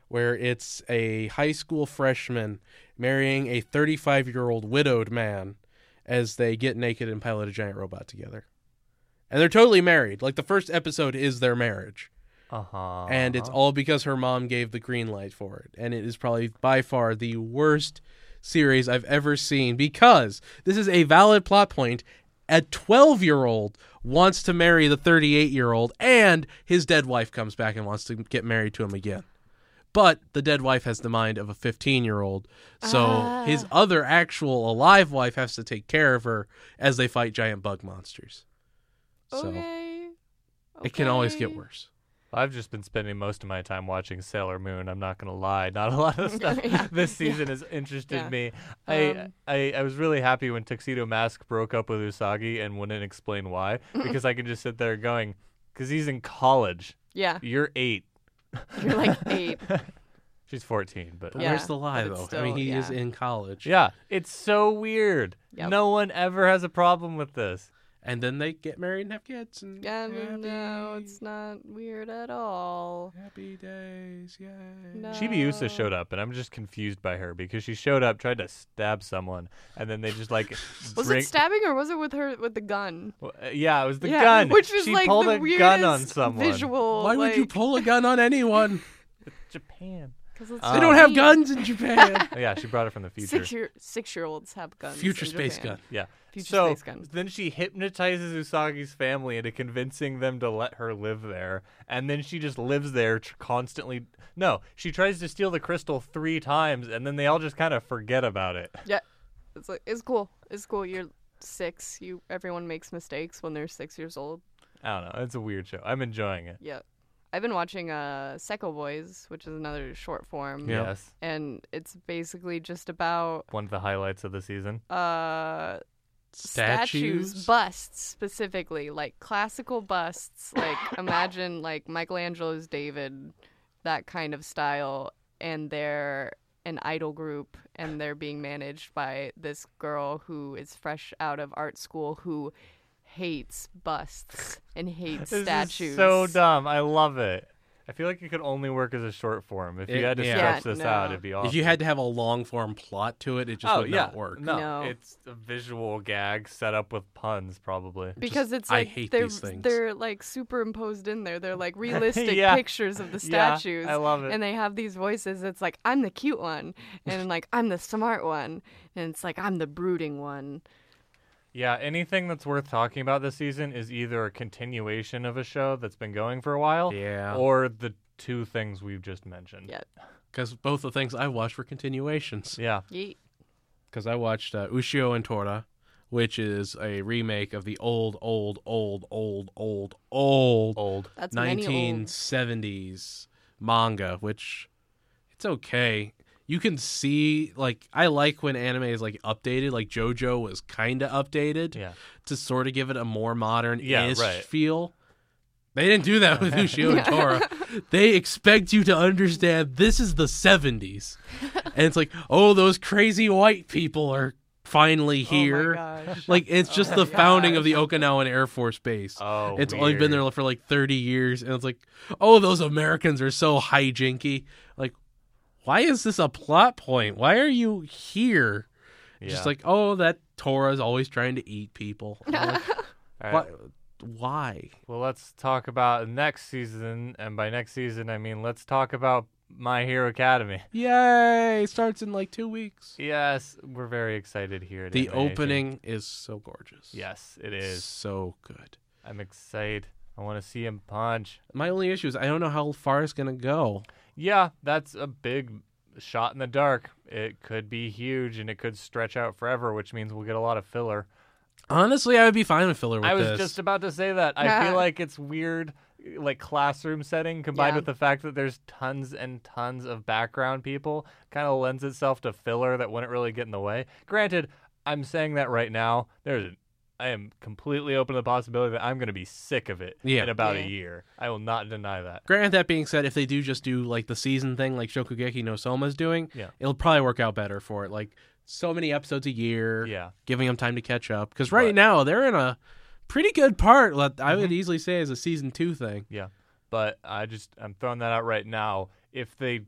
S2: where it's a high school freshman marrying a 35 year old widowed man as they get naked and pilot a giant robot together. And they're totally married. Like the first episode is their marriage.
S3: Uh huh.
S2: And
S4: Uh-huh.
S2: it's all because her mom gave the green light for it. And it is probably by far the worst series I've ever seen because this is a valid plot point. A 12 year old wants to marry the 38 year old, and his dead wife comes back and wants to get married to him again. But the dead wife has the mind of a 15 year old. So
S4: Ah.
S2: his other actual alive wife has to take care of her as they fight giant bug monsters. So
S4: okay.
S2: it can always get
S4: Okay.
S2: worse.
S3: I've just been spending most of my time watching Sailor Moon. I'm not gonna lie, not a lot
S4: [LAUGHS]
S3: of stuff
S4: Yeah.
S3: [LAUGHS] this season has interested
S4: Yeah.
S3: me. I,
S4: Um,
S3: I I was really happy when Tuxedo Mask broke up with Usagi and wouldn't explain
S4: [LAUGHS]
S3: why because I could just sit there going, because he's in college.
S4: Yeah.
S2: [LAUGHS]
S3: You're eight.
S4: You're like eight.
S3: She's 14, but
S2: But
S4: Yeah,
S2: where's the lie
S4: but it's
S2: though? I mean,
S4: still-
S2: he is
S4: yeah.
S2: in college.
S3: yeah, it's so weird.
S4: Yep.
S3: No one ever has a problem with this.
S2: And then they get married and have kids. And
S4: And no,
S2: happy-
S4: it's not weird at all.
S2: happy days. Yay.
S4: No.
S3: Chibiusa showed up, and I'm just confused by her because she showed up, tried to stab someone, and then they just like
S4: Was
S3: bring-
S4: it stabbing or was it with her with the gun?
S3: Well, uh, yeah, it was the
S4: Yeah,
S3: gun.
S4: which was
S3: she
S4: like
S3: pulled
S4: the
S3: a
S4: weirdest
S3: gun on someone.
S4: visual.
S2: Why would you pull a gun on
S4: [LAUGHS]
S2: anyone?
S3: Japan.
S2: they
S3: Um,
S2: don't have guns in
S4: [LAUGHS]
S2: Japan.
S3: Oh, yeah, she brought it from the future.
S4: Six year six year olds have guns.
S2: Future
S4: in
S2: space
S4: Japan.
S2: gun.
S3: Yeah.
S4: Future
S3: so
S4: space gun.
S3: then she hypnotizes Usagi's family into convincing them to let her live there, and then she just lives there tr- constantly. No, she tries to steal the crystal three times, and then they all just kind of forget about it.
S4: Yeah, it's like it's cool. It's cool. You're six. You everyone makes mistakes when they're six years old.
S3: I don't know. It's a weird show. I'm enjoying it.
S4: Yeah, I've been watching uh Seco Boys, which is another short form.
S2: Yeah.
S3: Yes,
S4: and it's basically just about
S3: one of the highlights of the season.
S4: uh statues busts specifically like classical busts
S3: [LAUGHS]
S4: like imagine like michelangelo's david that kind of style and they're an idol group and they're being managed by this girl who is fresh out of art school who hates busts and hates
S3: This
S4: statues
S3: is so dumb. I love it. I feel like it could only work as a short form. If
S2: It-
S3: you had to
S2: yeah.
S3: stretch
S4: Yeah,
S3: this out,
S4: no.
S3: it'd be awesome.
S2: If you had to have a long form plot to it, it just would not work.
S3: Oh, No,
S4: No.
S3: it's a visual gag set up with puns, probably.
S4: because it's
S2: I
S4: like
S2: hate
S4: they're,
S2: these things.
S4: they're like superimposed in there they're like realistic
S3: Yeah.
S4: pictures of the
S3: Yeah,
S4: statues
S3: I love it.
S4: and they have these voices. It's like I'm the cute one, and like I'm the smart one, and it's like I'm the brooding one.
S3: yeah, anything that's worth talking about this season is either a continuation of a show that's been going for a while,
S2: Yeah.
S3: or the two things we've just mentioned.
S4: Yeah.
S2: Because both the things I watched were continuations.
S3: Yeah.
S4: Yeet.
S2: Because I watched uh, Ushio and Tora, which is a remake of the old, old, old, old, old, old
S3: Old.
S4: That's many
S2: nineteen
S4: old.
S2: seventies manga, which it's okay. You can see like I like when anime is like updated. Like JoJo was kind of updated
S3: Yeah.
S2: to sort of give it a more modern
S3: Yeah,
S2: ish
S3: right.
S2: feel. They didn't do that
S3: [LAUGHS]
S2: with Ushio and Tora. They expect you to understand this is the
S4: [LAUGHS]
S2: seventies, and it's like oh those crazy white people are finally here.
S4: Oh
S2: [LAUGHS]
S4: my gosh.
S2: like it's just
S4: Oh [LAUGHS]
S2: the
S4: my
S2: founding of the Okinawan Air Force Base
S3: Oh.
S2: it's only been there for like 30 years and it's like oh those americans are so hijinky like why is this a plot point why are you here
S3: Yeah.
S2: just like oh that torah's always trying to eat people I'm like,
S3: All right.
S2: why, why
S3: Well, let's talk about next season, and by next season, I mean let's talk about My Hero Academy.
S2: yay starts in like two weeks
S3: Yes, we're very excited here. at
S2: the
S3: Anime Nation.
S2: opening is so gorgeous
S3: Yes, it
S2: It's
S3: is.
S2: so good
S3: I'm excited. I want to see him punch.
S2: my only issue is i don't know how far it's gonna go
S3: Yeah, that's a big shot in the dark. It could be huge and it could stretch out forever, which means we'll get a lot of filler.
S2: Honestly, I would be fine with filler with
S3: I was
S2: this.
S3: just about to say that. I
S4: [LAUGHS]
S3: feel like it's weird, like classroom setting combined
S4: Yeah.
S3: with the fact that there's tons and tons of background people kind of lends itself to filler that wouldn't really get in the way. Granted, I'm saying that right now. There's, I am completely open to the possibility that I'm going to be sick of it
S2: Yeah.
S3: in about
S4: Yeah.
S3: a year. I will not deny that.
S2: Granted, that being said, if they do just do like the season thing, like Shokugeki no Soma's doing,
S3: Yeah.
S2: it'll probably work out better for it. Like so many episodes a year,
S3: Yeah,
S2: giving them time to catch up. Because right, Mm-hmm.
S3: Right.
S2: now they're in a pretty good part. Let I would easily say is a season two thing.
S3: but I just I'm throwing that out right now. If they,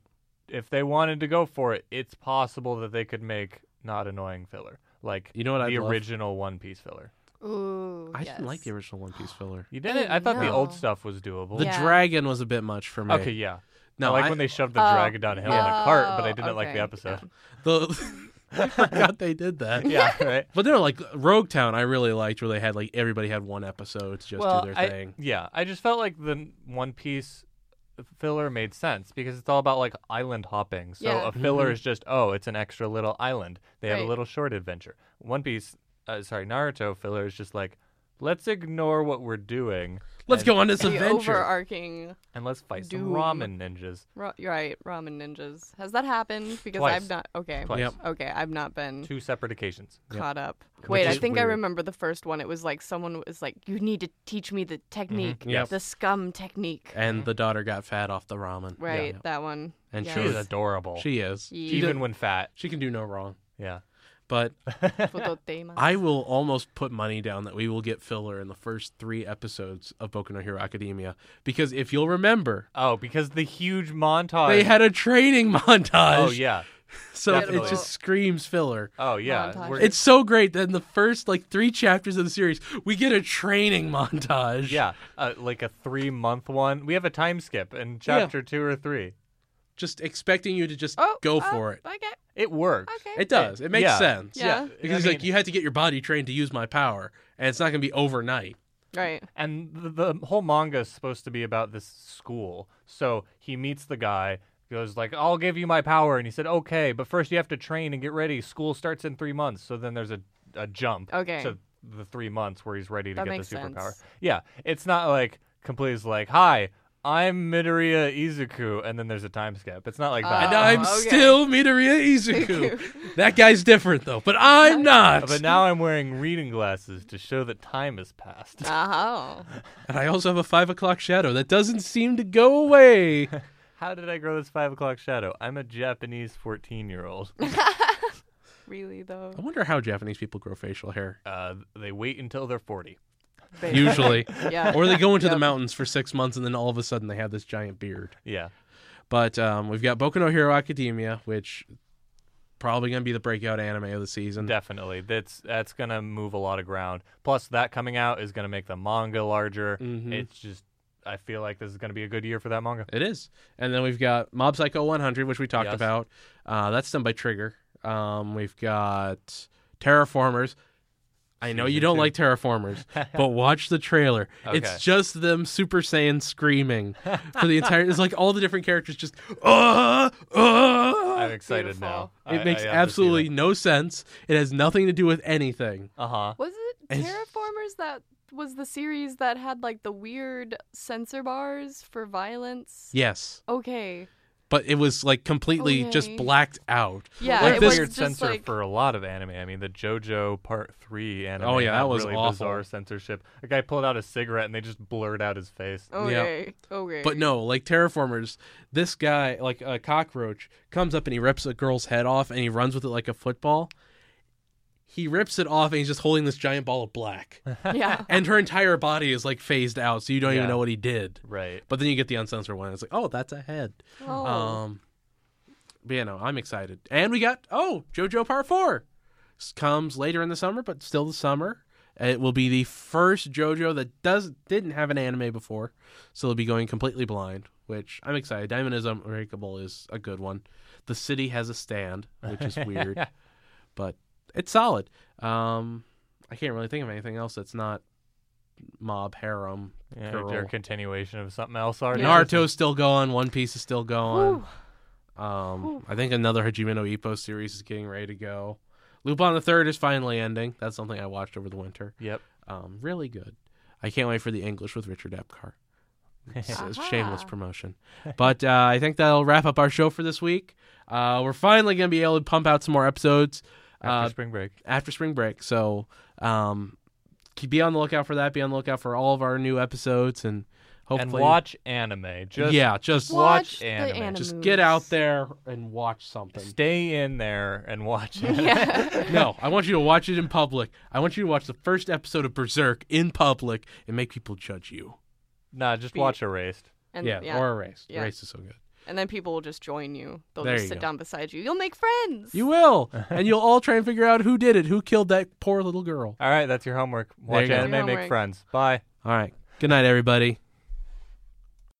S3: if they wanted to go for it, it's possible that they could make not annoying filler like
S2: You know what
S3: the
S2: I'd love?
S3: original One Piece filler.
S4: Ooh.
S2: I didn't like the
S4: yes.
S2: original One Piece filler.
S3: You didn't? I thought the old
S4: Oh, no.
S3: stuff was doable.
S2: The
S4: Yeah.
S2: dragon was a bit much for me.
S3: Okay, yeah.
S2: no,
S3: I like
S2: I-
S3: when they shoved the
S4: Oh,
S3: dragon down a hill in a cart, but I
S4: oh,
S3: didn't like the
S4: okay, [LAUGHS]
S3: episode.
S2: the [LAUGHS] I forgot they did that.
S3: [LAUGHS] Yeah, right.
S2: But no, like Rogue Town, I really liked where they had like everybody had one episode to just
S3: well,
S2: do their
S3: I,
S4: [LAUGHS]
S2: thing.
S3: yeah, I just felt like the One Piece filler made sense because it's all about like island hopping. So
S4: Yeah.
S3: a filler
S2: Mhm.
S3: is just oh, it's an extra little island. They have a
S4: Right.
S3: little short adventure. One Piece, uh, sorry, Naruto filler is just like let's ignore what we're doing.
S2: Let's
S3: and,
S2: go on this
S4: The
S2: adventure.
S4: overarching,
S3: and let's fight
S4: Doom.
S3: some ramen ninjas.
S4: ra- you're right, ramen ninjas. Has that happened? Because
S3: Twice.
S4: I've not. Okay.
S3: Twice.
S2: Yep.
S4: Okay, I've not been
S3: Two separate occasions.
S2: Yep.
S4: caught up.
S2: Which
S4: Wait, I
S2: is
S4: think I
S2: weird.
S4: remember the first one. It was like someone was like, "You need to teach me the technique,
S2: Mm-hmm. Yep.
S4: the scum technique."
S2: And the daughter got fat off the ramen.
S4: Right,
S2: Yeah.
S4: that one.
S2: And
S4: Yeah.
S2: she
S3: She's
S2: was
S3: adorable.
S2: she is.
S4: She-
S2: She,
S3: even
S2: did-
S3: when fat.
S2: she can do no wrong.
S3: Yeah.
S2: But [LAUGHS]
S4: Fototema.
S2: I will almost put money down that we will get filler in the first three episodes of Boku no Hero Academia. Because if you'll remember,
S3: Oh, because the huge montage.
S2: they had a training montage.
S3: Oh yeah.
S2: [LAUGHS] So it
S3: definitely.
S2: just screams filler.
S3: Oh yeah.
S4: Montage.
S3: We're-
S2: It's so great that in the first like three chapters of the series, we get a training montage.
S3: yeah, uh, like a three month one. We have a time skip in chapter two or three.
S2: Just expecting you to just
S4: oh,
S2: go
S4: oh,
S2: for it.
S4: Okay,
S3: It works.
S4: okay.
S2: It does. It makes
S3: Yeah.
S2: sense.
S4: Yeah.
S2: Because it's
S3: I
S2: like
S3: mean-
S2: you had to get your body trained to use my power, and it's not going to be overnight.
S4: right.
S3: and the, the whole manga is supposed to be about this school. So he meets the guy, goes like, "I'll give you my power," and he said, "Okay, but first you have to train and get ready. School starts in three months." So then there's a a jump
S4: Okay.
S3: to the three months where he's ready to
S4: That
S3: get
S4: makes
S3: the superpower.
S4: sense.
S3: Yeah, it's not like completely is like, "Hi, I'm Midoriya Izuku," and then there's a time skip. It's not like that.
S2: And
S4: Oh,
S2: I'm
S4: okay.
S2: still Midoriya
S4: [LAUGHS]
S2: Izuku. that guy's different though, but I'm not.
S3: [LAUGHS] But now I'm wearing reading glasses to show that time has passed.
S4: Uh huh.
S2: and I also have a five o'clock shadow that doesn't seem to go
S3: [LAUGHS]
S2: away.
S3: How did I grow this five o'clock shadow? I'm a Japanese 14
S2: [LAUGHS]
S3: year old.
S4: Really though.
S2: I wonder how Japanese people grow facial
S4: [LAUGHS]
S2: hair.
S3: Uh, they wait until they're 40.
S4: They-
S2: Usually.
S4: [LAUGHS] Yeah.
S2: or they go into the
S4: Yep.
S2: mountains for six months and then all of a sudden they have this giant beard.
S3: Yeah.
S2: But um, we've got Boku no Hero Academia, which probably going to be the breakout anime of the season.
S3: Definitely. That's that's gonna move a lot of ground. Plus, that coming out is gonna make the manga larger.
S2: Mhm.
S3: It's just, I feel like this is gonna be a good year for that manga.
S2: It is. And then we've got Mob Psycho 100, which we talked
S3: Yes.
S2: about. Uh, that's done by Trigger. Um, we've got Terraformers. I know you
S3: Season
S2: don't
S3: [LAUGHS] two.
S2: like Terraformers, but watch the trailer.
S3: Okay.
S2: It's just them Super Saiyan screaming for the entire. It's like all the different characters just. Uh, uh. [LAUGHS]
S3: I'm excited
S4: Beautiful.
S3: now.
S2: It makes absolutely no sense. It has nothing to do with anything.
S3: Uh huh.
S4: Was it
S2: It's-
S4: Terraformers that was the series that had like the weird censor bars for violence?
S2: Yes,
S4: Okay.
S2: but it was like completely just
S4: Okay.
S2: blacked out.
S4: Yeah,
S2: Like
S4: it
S2: this-
S4: was
S3: weird
S4: just
S3: censor
S4: like
S3: for a lot of anime. I mean, the JoJo Part Three anime.
S2: Oh, yeah,
S3: had
S2: that was
S3: really
S2: awful.
S3: bizarre censorship. A guy pulled out a cigarette and they just blurred out his face.
S4: okay, okay.
S2: But no, like Terraformers, this guy, like a cockroach, comes up and he rips a girl's head off and he runs with it like a football. He rips it off and he's just holding this giant ball of black. [LAUGHS]
S4: yeah,
S2: and her entire body is like phased out, so you don't even
S3: Yeah.
S2: know what he did.
S3: Right.
S2: But then you get the uncensored one. And it's like, oh, that's a head.
S4: oh,
S2: Um, but yeah, no, I'm excited. And we got oh, JoJo Part Four S- comes later in the summer, but still the summer. It will be the first JoJo that does didn't have an anime before, so they'll be going completely blind, which I'm excited. Diamond is Unbreakable is a good one. The City has a stand, which is
S4: [LAUGHS]
S2: weird, but it's solid. Um, I can't really think of anything else that's not mob harem.
S3: Yeah,
S2: Girl.
S3: or continuation of something else already.
S2: Naruto's still going. One Piece is still going.
S4: Whew.
S2: Um,
S4: Whew.
S2: I think another Hajime no Ippo series is getting ready to go. Lupin the Third is finally ending. That's something I watched over the winter.
S3: Yep.
S2: Um, really good. I can't wait for the English with Richard Epcar. It's a shameless
S4: Aha.
S2: promotion. But uh, I think that'll wrap up our show for this week. Uh, we're finally going to be able to pump out some more episodes
S3: After
S2: uh,
S3: spring break.
S2: after spring break. So um, keep- be on the lookout for that. Be on the lookout for all of our new episodes and
S3: And
S2: hopefully.
S3: watch anime. Just
S2: yeah, just
S3: watch
S4: the
S3: anime.
S4: anime.
S2: just get out there and watch something.
S3: stay in there and watch it.
S4: [LAUGHS] Yeah.
S2: no, I want you to watch it in public. I want you to watch the first episode of Berserk in public and make people judge you.
S3: [LAUGHS] Nah, just
S4: Be-
S3: watch Erased.
S4: And,
S2: yeah,
S4: yeah,
S2: or Erased.
S4: Yeah.
S2: Erased is so good.
S4: and then people will just join you. They'll
S2: There
S4: just
S2: you
S4: sit
S2: go.
S4: down beside you. You'll make friends.
S2: You [LAUGHS] will, and you'll all try and figure out who did it, who killed that poor little girl.
S3: All right, that's your homework. Watch
S2: you go.
S3: anime, make
S4: Homework.
S3: friends. Bye.
S2: All right. Good night, everybody.